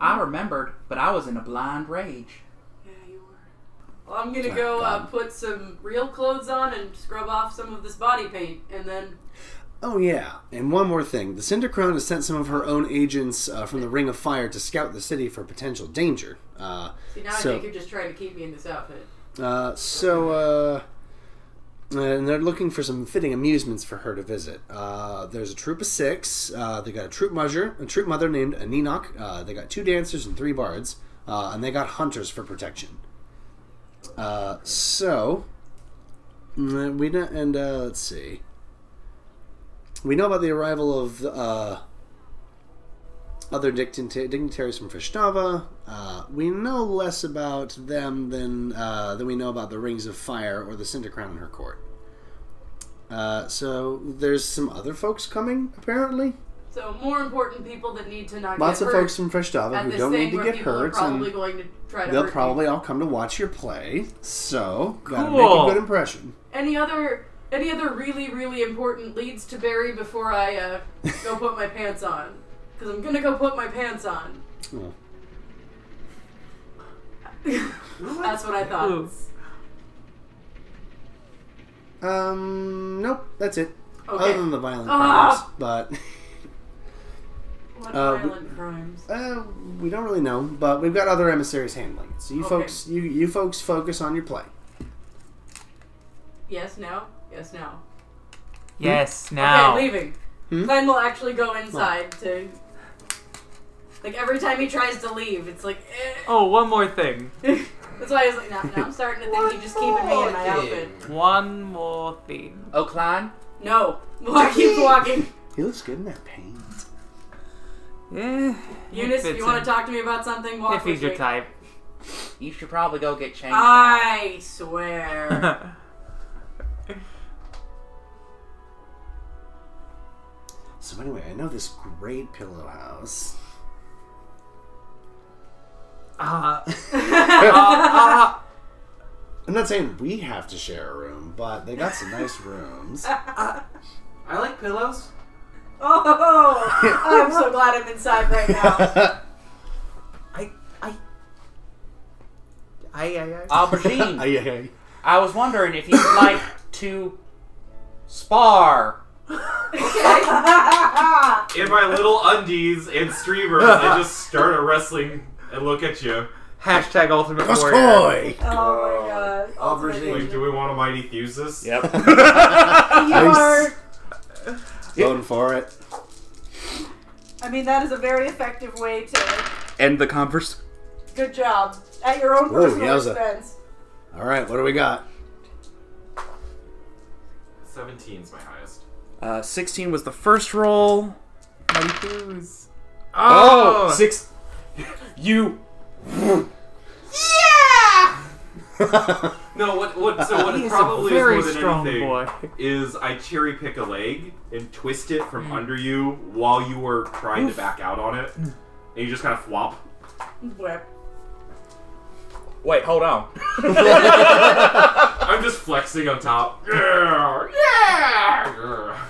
Speaker 9: I remembered, but I was in a blind rage.
Speaker 5: yeah, you were. Well, I'm gonna go uh, put some real clothes on and scrub off some of this body paint, and then
Speaker 1: Oh yeah, and one more thing. The Cindercrone has sent some of her own agents uh, from the Ring of Fire to scout the city for potential danger. Uh,
Speaker 5: see now I
Speaker 1: So-
Speaker 5: think you're just trying to keep me in this outfit.
Speaker 1: Uh, so, uh, and they're looking for some fitting amusements for her to visit. Uh, there's a troop of six. Uh, they got a troop mother, a troop mother named Aninok. Uh, they got two dancers and three bards, uh, and they got hunters for protection. Uh, so, mm, we know, and uh, let's see. We know about the arrival of uh, other dignita- dignitaries from Fishtava. Uh, we know less about them than uh, than we know about the Rings of Fire or the Cinder Crown in her court. Uh, so there's some other folks coming apparently.
Speaker 5: So more important people that need to not
Speaker 1: Lots
Speaker 5: get
Speaker 1: of
Speaker 5: hurt
Speaker 1: folks from Fishtava
Speaker 5: at
Speaker 1: who
Speaker 5: this
Speaker 1: don't
Speaker 5: thing
Speaker 1: need to
Speaker 5: where
Speaker 1: get
Speaker 5: people
Speaker 1: hurt,
Speaker 5: are probably
Speaker 1: and
Speaker 5: going to try to
Speaker 1: they'll
Speaker 5: hurt
Speaker 1: probably
Speaker 5: you.
Speaker 1: all come to watch your play. So gotta
Speaker 8: Cool.
Speaker 1: make a good impression.
Speaker 5: Any other any other really really important leads to bury before I uh, go put my pants on? Because I'm gonna go put my pants on.
Speaker 1: Oh.
Speaker 5: That's what I thought.
Speaker 8: Ooh.
Speaker 1: Um, nope, that's it.
Speaker 5: Okay.
Speaker 1: Other than the violent
Speaker 5: Ah.
Speaker 1: crimes,
Speaker 5: What
Speaker 1: Uh, we-
Speaker 5: violent crimes?
Speaker 1: but uh, we don't really know. But we've got other emissaries handling it. So you
Speaker 5: Okay.
Speaker 1: folks, you you folks, focus on your play.
Speaker 5: Yes, no. Yes, no.
Speaker 8: Yes, now.
Speaker 5: Okay, leaving. Glenn will actually go inside to. Like every time he tries to leave, it's like. Eh.
Speaker 8: Oh, one more thing.
Speaker 5: That's why I was like, no, no, I'm starting to think you're just keeping me in my outfit.
Speaker 8: One more thing.
Speaker 9: Oh, Klein?
Speaker 5: No, I keep walking.
Speaker 1: He looks good in that paint.
Speaker 8: Yeah.
Speaker 5: Eunice,
Speaker 8: fits
Speaker 5: if you want
Speaker 8: in.
Speaker 5: to talk to me about something, walk
Speaker 8: If he's
Speaker 5: with
Speaker 8: your
Speaker 5: me.
Speaker 8: type.
Speaker 9: You should probably go get changed.
Speaker 5: Uh,
Speaker 9: now.
Speaker 5: I swear.
Speaker 1: So anyway, I know this great pillow house.
Speaker 8: Uh,
Speaker 1: I'm not saying we have to share a room, but they got some nice rooms.
Speaker 2: I like pillows.
Speaker 5: oh, I'm so glad I'm inside right now.
Speaker 9: I, I,
Speaker 8: aye, aye, aye.
Speaker 9: Aubergine.
Speaker 1: Ay, ay,
Speaker 9: I was wondering if you'd like to spar.
Speaker 5: Oh
Speaker 2: In my little undies and streamers, I just start a wrestling and look at you.
Speaker 8: Hashtag Ultimate
Speaker 1: ay.
Speaker 8: Warrior.
Speaker 1: Koi!
Speaker 5: Oh my god. Ultimate
Speaker 10: Aubergine.
Speaker 2: Like, do we want a mighty Thesis?
Speaker 9: Yep.
Speaker 5: You are.
Speaker 1: Going for it.
Speaker 5: I mean, that is a very effective way to.
Speaker 6: End the converse.
Speaker 5: Good job. At your own
Speaker 1: Whoa,
Speaker 5: personal
Speaker 1: yowza.
Speaker 5: expense.
Speaker 1: All right, what do we got?
Speaker 2: 17's my highest.
Speaker 6: Uh, 16 was the first roll.
Speaker 8: Oh!
Speaker 6: Six. You.
Speaker 2: No, what, what, so what
Speaker 8: He
Speaker 2: it
Speaker 8: is
Speaker 2: probably
Speaker 8: a very
Speaker 2: is more than
Speaker 8: strong
Speaker 2: anything
Speaker 8: boy.
Speaker 2: is I cherry pick a leg and twist it
Speaker 8: Hmm.
Speaker 2: from under you while you were trying to back out on it. And you just kind of flop.
Speaker 5: Whip.
Speaker 9: Wait, hold on.
Speaker 2: I'm just flexing on top. Yeah! Yeah!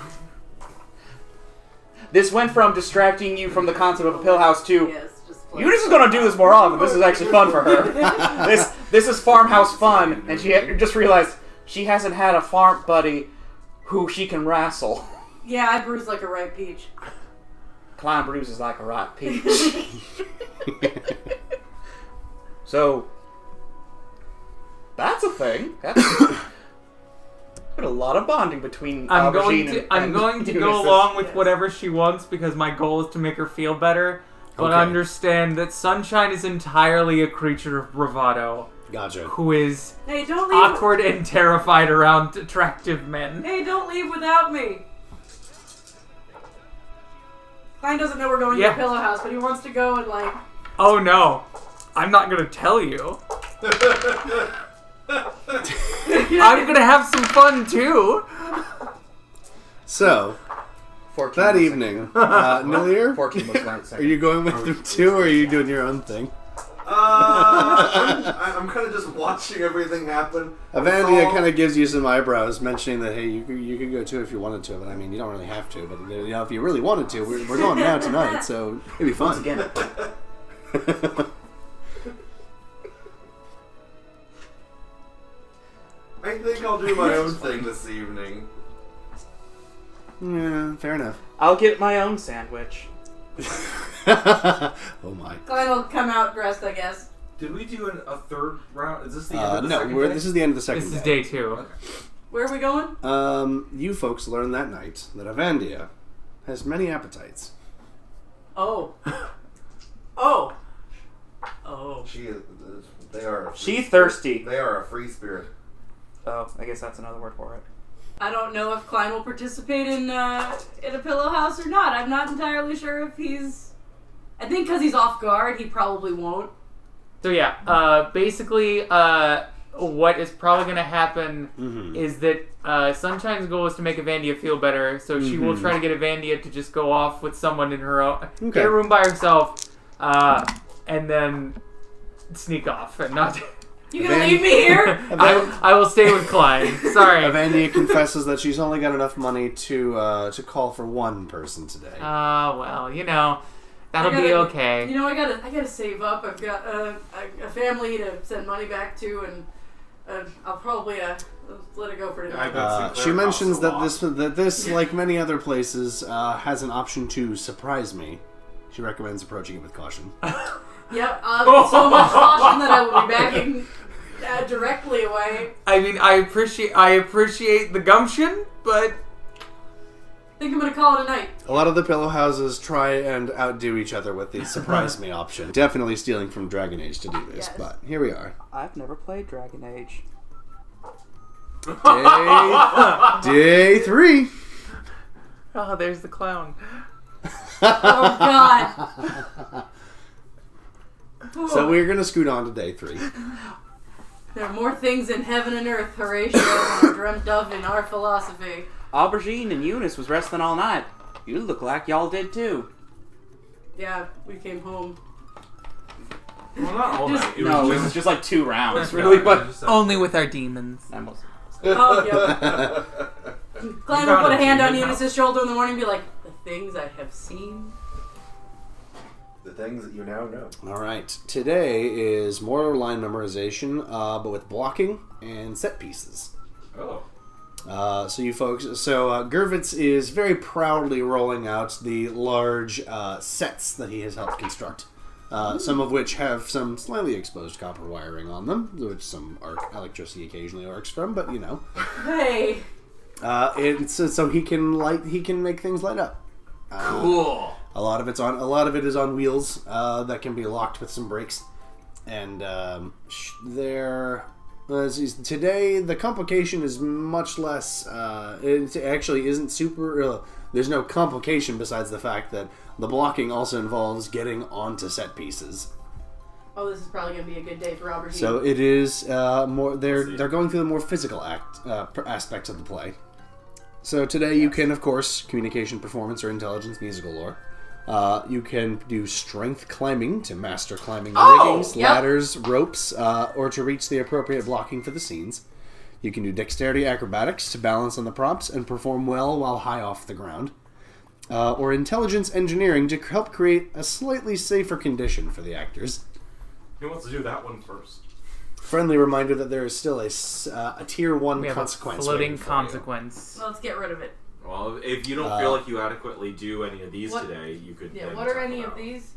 Speaker 9: This went from distracting you from the concept of a pill house to
Speaker 5: Yes, just play.
Speaker 9: Eunice is gonna do this more often. This is actually fun for her. this this is farmhouse fun, and she ha- just realized she hasn't had a farm buddy who she can wrestle.
Speaker 5: Yeah, I bruise like a ripe peach.
Speaker 9: Klein bruises like a ripe peach. so that's a thing. That's but a lot of bonding between.
Speaker 8: I'm
Speaker 9: Aubergine
Speaker 8: going
Speaker 9: and-
Speaker 8: to I'm
Speaker 9: and
Speaker 8: going to go
Speaker 9: Eunice's.
Speaker 8: along with
Speaker 5: Yes.
Speaker 8: whatever she wants because my goal is to make her feel better. But
Speaker 1: Okay.
Speaker 8: understand that Sunshine is entirely a creature of bravado.
Speaker 1: Gotcha.
Speaker 8: who is
Speaker 5: Hey, don't leave.
Speaker 8: awkward and terrified around attractive men.
Speaker 5: Hey, don't leave without me. Klein doesn't know we're going
Speaker 8: Yeah.
Speaker 5: to the pillow house, but he wants to go and like.
Speaker 8: Oh no, I'm not gonna tell you. I'm gonna have some fun too.
Speaker 1: So,
Speaker 9: 14
Speaker 1: that
Speaker 9: was-
Speaker 1: evening, uh, Nilir,
Speaker 9: 14 was right
Speaker 1: are
Speaker 9: second.
Speaker 1: you going with them too, or are you doing your own thing?
Speaker 10: Uh, I'm, I'm kind of just watching everything happen.
Speaker 1: Avandia kind of gives you some eyebrows, mentioning that hey, you could- you could go too if you wanted to, but I mean, you don't really have to. But you know, if you really wanted to, we're, we're going now tonight, so it'd be fun.
Speaker 9: Again,
Speaker 10: I think I'll do my own thing this evening.
Speaker 1: yeah, fair enough.
Speaker 9: I'll get my own sandwich.
Speaker 1: oh my.
Speaker 5: Klein will come out dressed, I guess.
Speaker 2: Did we do an, a third round? Is this the
Speaker 1: Uh,
Speaker 2: end of the
Speaker 1: no,
Speaker 2: second
Speaker 1: we're,
Speaker 2: day?
Speaker 1: this is the end of the second
Speaker 8: This is
Speaker 1: day.
Speaker 8: day two.
Speaker 5: Where are we going?
Speaker 1: Um, you folks learned that night that Avandia has many appetites.
Speaker 5: Oh. Oh. Oh.
Speaker 10: She is. They are. a free
Speaker 9: She
Speaker 10: spirit.
Speaker 9: thirsty.
Speaker 10: They are a free spirit.
Speaker 9: Oh, I guess that's another word for it.
Speaker 5: I don't know if Klein will participate in uh, in a pillow house or not. I'm not entirely sure if he's. I think because he's off guard, he probably won't.
Speaker 8: So yeah, uh, basically, uh, what is probably gonna happen
Speaker 1: Mm-hmm.
Speaker 8: is that uh, Sunshine's goal is to make Avandia feel better, so she will try to get Avandia to just go off with someone in her own
Speaker 1: Mm-hmm. Okay.
Speaker 8: get a room by herself, uh, and then sneak off and not.
Speaker 5: You gonna
Speaker 1: Then-
Speaker 5: leave me here?
Speaker 8: I, I will stay with Klein. Sorry.
Speaker 1: Avandia confesses that she's only got enough money to uh, to call for one person today.
Speaker 8: Uh, well, you know, that'll
Speaker 5: I
Speaker 8: be
Speaker 5: gotta-
Speaker 8: okay.
Speaker 5: You know, I gotta, I gotta save up. I've got uh, a, a family to send money back to, and uh, I'll probably uh, let it go for
Speaker 2: I
Speaker 5: tonight.
Speaker 2: bet
Speaker 1: Uh,
Speaker 2: Sinclair
Speaker 1: she
Speaker 2: costs
Speaker 1: mentions
Speaker 2: a
Speaker 1: that
Speaker 2: lot.
Speaker 1: this that this, like many other places, uh, has an option to surprise me. She recommends approaching it with caution.
Speaker 5: Yep. Uh, so much caution that I will be backing uh, directly away.
Speaker 8: I mean, I appreciate I appreciate the gumption, but
Speaker 5: Think I'm gonna call it a night.
Speaker 1: A lot of the pillow houses try and outdo each other with the surprise me option. Definitely stealing from Dragon Age to do this,
Speaker 5: Yes.
Speaker 1: but here we are.
Speaker 9: I've never played Dragon Age.
Speaker 1: Day, day three.
Speaker 8: oh, there's the clown.
Speaker 5: Oh God.
Speaker 1: So we're gonna scoot on to day three.
Speaker 5: There are more things in heaven and earth, Horatio, dreamt of in our philosophy.
Speaker 9: Aubergine and Eunice was wrestling all night. You look like y'all did too.
Speaker 5: Yeah, we came home.
Speaker 2: Well, not all
Speaker 5: Just-
Speaker 2: night. It
Speaker 9: no,
Speaker 2: was
Speaker 9: it was
Speaker 2: just.
Speaker 9: just like two rounds.
Speaker 2: really fun.
Speaker 8: Only with our demons.
Speaker 9: That was-
Speaker 5: Oh yeah. Glenn will
Speaker 2: found
Speaker 5: put a
Speaker 2: it,
Speaker 5: hand
Speaker 2: you
Speaker 5: on
Speaker 2: didn't
Speaker 5: Eunice's shoulder in the morning and be like, "The things I have seen."
Speaker 10: The things that you now know.
Speaker 1: All right. Today is more line memorization, uh, but with blocking and set pieces.
Speaker 2: Oh.
Speaker 1: Uh, so you folks, so uh, Gervitz is very proudly rolling out the large uh, sets that he has helped construct. Uh, some of which have some slightly exposed copper wiring on them, which some arc electricity occasionally arcs from, but you know,
Speaker 5: Hey.
Speaker 1: uh, it's so he can light, he can make things light up.
Speaker 8: Cool.
Speaker 1: A lot of it's on. A lot of it is on wheels uh, that can be locked with some brakes. And um, sh- there, let's see, today the complication is much less. Uh, it actually isn't super. Uh, there's no complication besides the fact that the blocking also involves getting onto set pieces.
Speaker 5: Oh, this is probably gonna be a good day for Robert.
Speaker 1: So it is uh, more. They're they're going through the more physical act uh, pr- aspects of the play. So today you can, of course, communication, performance, or intelligence, musical lore. Uh, you can do strength climbing to master climbing riggings,
Speaker 5: yep.
Speaker 1: ladders, ropes, uh, or to reach the appropriate blocking for the scenes. You can do dexterity acrobatics to balance on the props and perform well while high off the ground. Uh, or intelligence engineering to help create a slightly safer condition for the actors.
Speaker 2: Who wants to do that one first?
Speaker 1: Friendly reminder that there is still a, s- uh, a tier one
Speaker 8: We have a
Speaker 1: consequence.
Speaker 8: floating
Speaker 1: waiting for you.
Speaker 8: consequence.
Speaker 5: Let's get rid of it.
Speaker 2: Well, if you don't
Speaker 1: Uh,
Speaker 2: feel like you adequately do any of these
Speaker 5: what-
Speaker 2: today, you could.
Speaker 5: Yeah,
Speaker 2: then
Speaker 5: what are
Speaker 2: talk
Speaker 5: any of
Speaker 2: about-
Speaker 5: these?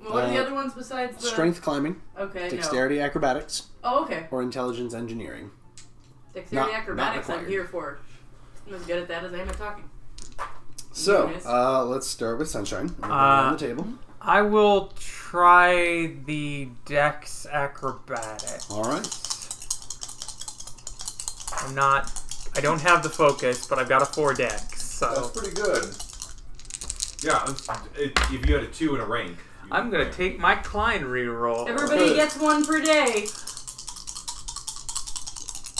Speaker 5: What are the
Speaker 1: Uh,
Speaker 5: other ones besides the
Speaker 1: Strength climbing,
Speaker 5: Okay, no.
Speaker 1: dexterity acrobatics,
Speaker 5: Oh, okay.
Speaker 1: or intelligence engineering.
Speaker 5: Dexterity
Speaker 1: Not- not
Speaker 5: acrobatics. I'm
Speaker 1: required.
Speaker 5: here for. I'm as good at that as I am at talking.
Speaker 1: So
Speaker 5: Yes.
Speaker 1: uh, let's start with sunshine.
Speaker 8: Uh,
Speaker 1: on the table.
Speaker 8: I will try the Dex Acrobatics.
Speaker 1: All right.
Speaker 8: I'm not. I don't have the focus, but I've got a four Dex,
Speaker 10: That's
Speaker 8: so
Speaker 10: pretty good.
Speaker 2: Yeah, I'm- if if you had a two and a rank. you-
Speaker 8: I'm gonna take my Klein
Speaker 1: Oh,
Speaker 8: reroll.
Speaker 5: Everybody gets one per day.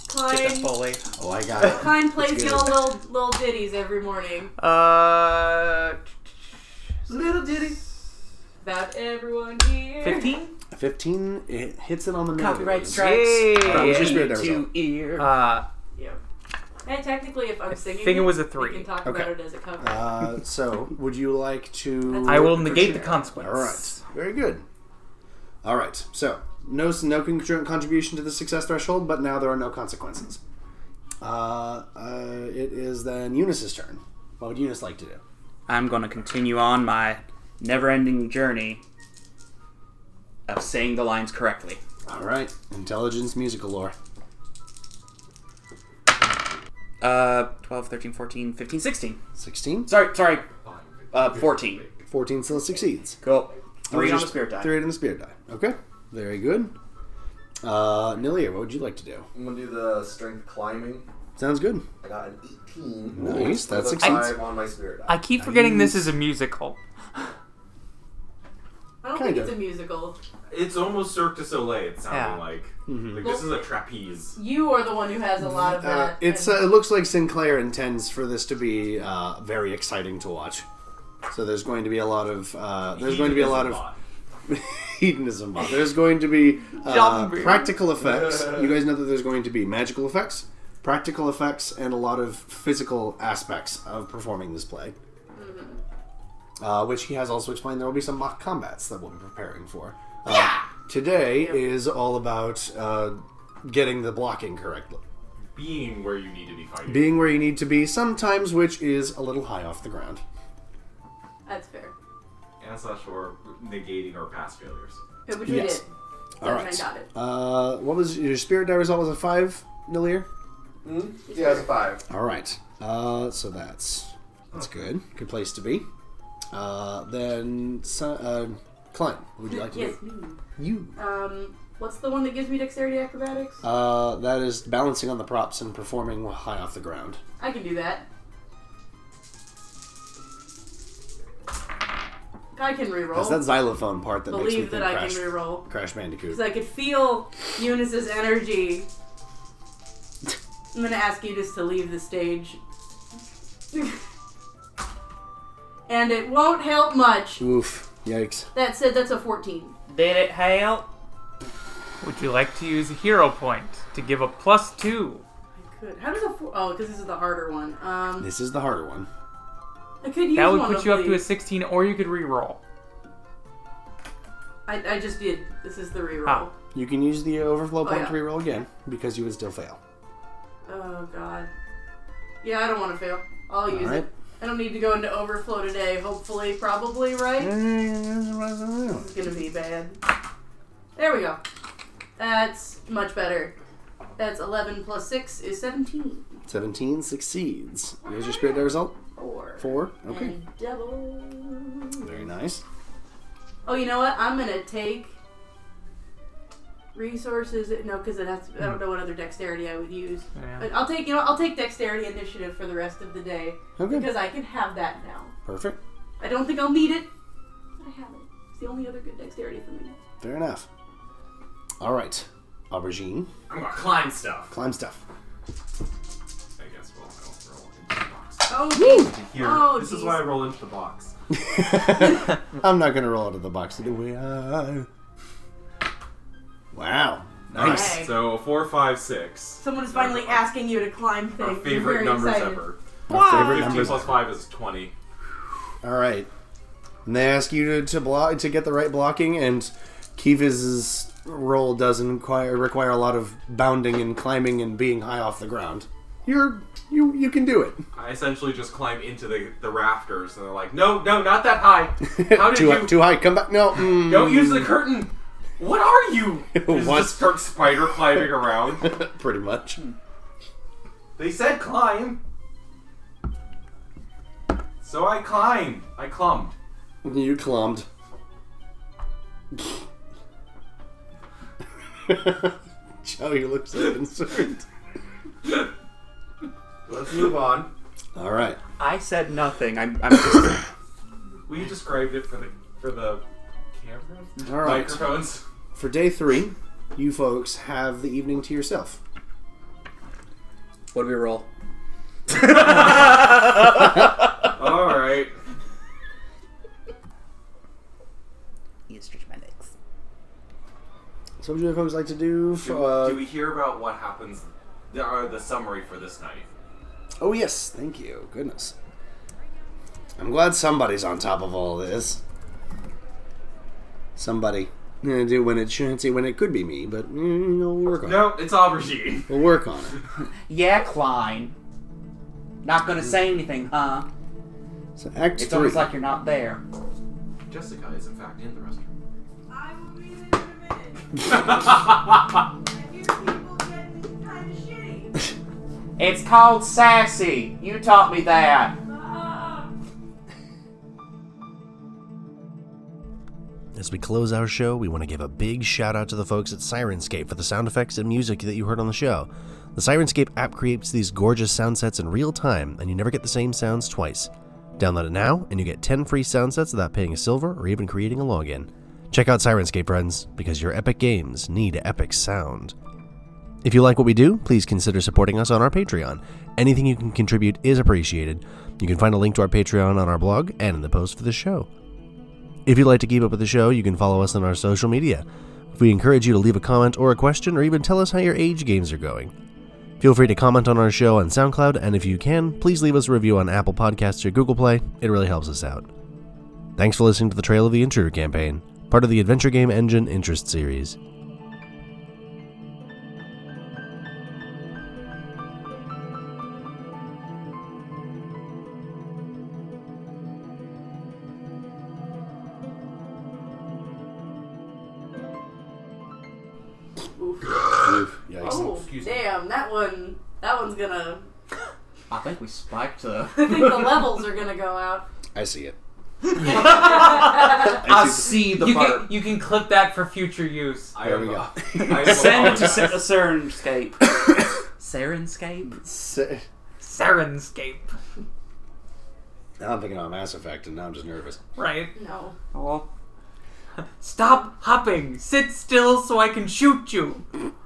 Speaker 5: Klein,
Speaker 8: fully.
Speaker 1: Oh, I got it.
Speaker 5: Klein plays
Speaker 1: good.
Speaker 5: y'all little little ditties every morning
Speaker 8: Uh,
Speaker 10: Little ditty.
Speaker 5: about everyone here.
Speaker 8: fifteen.
Speaker 1: 15 it hits it on the nose.
Speaker 9: Copyright
Speaker 8: Yay!
Speaker 9: strikes.
Speaker 1: That was just
Speaker 9: ear
Speaker 1: weird, that was all.
Speaker 9: to ear.
Speaker 8: Uh,
Speaker 5: Yeah. And technically, if I'm singing,
Speaker 8: think it was a three.
Speaker 5: We can talk
Speaker 1: Okay.
Speaker 5: about it as a cover.
Speaker 1: Uh, so, would you like to?
Speaker 8: I will
Speaker 5: For
Speaker 8: negate the
Speaker 5: sure.
Speaker 8: consequence.
Speaker 1: All right. Very good. All right. So, no no con- contribution to the success threshold, but now there are no consequences. Uh, uh, it is then Eunice's turn. What would Eunice like to do?
Speaker 9: I'm going to continue on my never ending journey of saying the lines correctly.
Speaker 1: All right. Intelligence, musical lore.
Speaker 9: Uh, 12, 13, 14, 15, 16.
Speaker 1: 16.
Speaker 9: Sorry, sorry. Uh, 14.
Speaker 1: 14 still succeeds.
Speaker 9: Cool.
Speaker 1: That was
Speaker 9: Three on the
Speaker 1: just
Speaker 9: spirit die.
Speaker 1: Three on the spirit die. Okay. Very good. Uh, Nilia, what would you like to do?
Speaker 10: I'm gonna do the strength climbing.
Speaker 1: Sounds good.
Speaker 10: I got an 18.
Speaker 1: Nice, that
Speaker 10: With a
Speaker 1: succeeds.
Speaker 10: five on my spirit. die.
Speaker 8: I keep forgetting this is a musical.
Speaker 5: I don't
Speaker 1: Kinda.
Speaker 5: think it's a musical.
Speaker 2: It's almost Cirque du Soleil. It sounded
Speaker 8: Yeah.
Speaker 2: like.
Speaker 1: Mm-hmm.
Speaker 2: Like this is a trapeze.
Speaker 5: You are the one who has a lot of
Speaker 1: Uh,
Speaker 5: that.
Speaker 1: it's
Speaker 5: and
Speaker 1: uh, it looks like Sinclair intends for this to be uh, very exciting to watch. So there's going to be a lot of uh, there's going to be a lot of hedonism. Bob. There's going to be uh,
Speaker 8: Zombie.
Speaker 1: practical effects. You guys know that there's going to be magical effects, practical effects, and a lot of physical aspects of performing this play.
Speaker 5: Mm-hmm.
Speaker 1: Uh, which he has also explained there will be some mock combats that we'll be preparing for. Uh, Today is all about uh, getting the blocking correctly
Speaker 2: being where you need to be fighting.
Speaker 1: being where you need to be sometimes, which is a little high off the ground.
Speaker 5: That's fair.
Speaker 2: and slash or negating our past failures.
Speaker 5: Which we
Speaker 1: Yes.
Speaker 5: did.
Speaker 1: All
Speaker 5: I
Speaker 1: right.
Speaker 5: got it.
Speaker 1: Uh, what was your spirit die result? Was a five, Nilir?
Speaker 10: Hmm? yeah, it's a five.
Speaker 1: All right. Uh, so that's that's good. Good place to be. Uh, then so- uh, Klein, what would you like to
Speaker 5: yes,
Speaker 1: do?
Speaker 5: me.
Speaker 1: You.
Speaker 5: Um, what's the one that gives me dexterity acrobatics?
Speaker 1: Uh, that is balancing on the props and performing high off the ground.
Speaker 5: I can do that. I can
Speaker 1: That's
Speaker 5: reroll.
Speaker 1: that xylophone part that makes me
Speaker 5: Believe
Speaker 1: think
Speaker 5: that I
Speaker 1: Crash,
Speaker 5: can reroll.
Speaker 1: Crash Bandicoot.
Speaker 5: Because I could feel Eunice's energy. I'm going to ask Eunice to leave the stage. and it won't help much.
Speaker 1: Oof! Yikes!
Speaker 5: That said, that's a 14.
Speaker 9: Did it help?
Speaker 8: Would you like to use a hero point to give a plus two?
Speaker 5: Good. How does a four oh because this is the harder one. Um,
Speaker 1: This is the harder one.
Speaker 5: I could use
Speaker 8: That would
Speaker 5: one
Speaker 8: put
Speaker 5: of
Speaker 8: you up to a
Speaker 5: these.
Speaker 8: 16, or you could reroll.
Speaker 5: I, I just did. This is the reroll.
Speaker 8: Ah.
Speaker 1: You can use the overflow point
Speaker 5: Oh, yeah.
Speaker 1: to reroll again because you would still fail.
Speaker 5: Oh god. Yeah, I don't want to fail. I'll use
Speaker 1: right.
Speaker 5: it. I don't need to go into overflow today. Hopefully, probably right.
Speaker 1: All
Speaker 5: It's gonna be bad. There we go. That's much better. That's eleven plus six is seventeen.
Speaker 1: 17 succeeds. Here's your spirit die result.
Speaker 5: Four.
Speaker 1: Four. Okay.
Speaker 5: And double.
Speaker 1: Very nice.
Speaker 5: Oh, you know what? I'm gonna take resources. No, because it has.
Speaker 2: Hmm.
Speaker 5: To, I don't know what other dexterity I would use.
Speaker 8: Yeah.
Speaker 5: But I'll take. You know, I'll take dexterity initiative for the rest of the day
Speaker 1: Okay.
Speaker 5: because I can have that now.
Speaker 1: Perfect.
Speaker 5: I don't think I'll need it. But I have it. It's the only other good dexterity for me.
Speaker 1: Fair enough. All right. Aubergine.
Speaker 2: I'm gonna climb stuff.
Speaker 1: Climb stuff.
Speaker 2: I guess. Well, I won't roll into the box.
Speaker 5: Oh, geez.
Speaker 2: Here,
Speaker 5: Oh,
Speaker 2: this is
Speaker 5: geez.
Speaker 2: why I roll into the box.
Speaker 1: I'm not going to roll out of the box. Do we? Uh, Wow. Nice.
Speaker 5: Okay.
Speaker 2: So four, five, six.
Speaker 5: Someone is finally asking you to climb things.
Speaker 2: Our
Speaker 5: I'm
Speaker 2: favorite
Speaker 5: very
Speaker 2: numbers
Speaker 5: excited.
Speaker 2: ever.
Speaker 1: Our favorite
Speaker 2: Fifteen
Speaker 1: numbers.
Speaker 2: plus five is twenty.
Speaker 1: All right. And they ask you to, to block to get the right blocking, and Kiviz's role does inquire, require a lot of bounding and climbing and being high off the ground. You're you you can do it.
Speaker 2: I essentially just climb into the, the rafters, and they're like, "No, no, not that high. How did
Speaker 1: too high,
Speaker 2: you?
Speaker 1: too high. Come back. No. mm.
Speaker 2: Don't use the curtain. What are you? Is
Speaker 1: What?
Speaker 2: this start spider climbing around?
Speaker 1: Pretty much.
Speaker 2: They said climb. So I climbed. I clumbed.
Speaker 1: You clumbed.
Speaker 10: Joey looks so concerned.
Speaker 11: Let's move on.
Speaker 10: All right.
Speaker 9: I said nothing. I'm, I'm just.
Speaker 2: Will you describe it for the for the camera?
Speaker 10: All right.
Speaker 2: Microphones.
Speaker 10: For day three, you folks have the evening to yourself.
Speaker 9: what do we roll?
Speaker 2: All right.
Speaker 12: You stretch my legs.
Speaker 10: So, what do you folks like to do? For,
Speaker 2: Do,
Speaker 10: uh,
Speaker 2: do we hear about what happens? The, or the summary for this night.
Speaker 10: Oh, yes. Thank you. Goodness. I'm glad somebody's on top of all this. Somebody. I'm gonna do when it should when it could be me, but mm, you know, we'll work on it.
Speaker 2: No, it's aubergine.
Speaker 10: We'll work on it.
Speaker 9: Yeah, Klein. Not gonna say anything, huh?
Speaker 10: So Act
Speaker 9: It's
Speaker 10: Three.
Speaker 9: almost like you're not there.
Speaker 2: Jessica is in fact in the restroom.
Speaker 5: I will be there in a minute. I hear people getting kind of shitty.
Speaker 9: It's called sassy. You taught me that.
Speaker 1: As we close our show, we want to give a big shout out to the folks at Sirenscape for the sound effects and music that you heard on the show. The Sirenscape app creates these gorgeous sound sets in real time, and you never get the same sounds twice. Download it now, and you get 10 free sound sets without paying a silver or even creating a login. Check out Sirenscape, friends, because your epic games need epic sound. If you like what we do, please consider supporting us on our Patreon. Anything you can contribute is appreciated. You can find a link to our Patreon on our blog and in the post for this show. If you'd like to keep up with the show, you can follow us on our social media. We encourage you to leave a comment or a question or even tell us how your age games are going. Feel free to comment on our show on SoundCloud, and if you can, please leave us a review on Apple Podcasts or Google Play. It really helps us out. Thanks for listening to the Trail of the Intruder campaign, part of the Adventure Game Engine Interest series.
Speaker 10: Yikes.
Speaker 5: Oh, damn, that one. That one's gonna.
Speaker 9: I think we spiked the.
Speaker 5: I think the levels are gonna go out.
Speaker 10: I see it.
Speaker 9: I see the
Speaker 8: you
Speaker 9: part.
Speaker 8: Can, you can clip that for future use.
Speaker 2: I am,
Speaker 10: we go.
Speaker 2: I am
Speaker 9: Send it to
Speaker 2: apologize.
Speaker 9: Sa- Sirenscape. Sirenscape?
Speaker 10: Si-
Speaker 8: Sirenscape.
Speaker 10: Now I'm thinking about Mass Effect, and now I'm just nervous.
Speaker 8: Right.
Speaker 5: No.
Speaker 9: Oh.
Speaker 8: Stop hopping. Sit still so I can shoot you.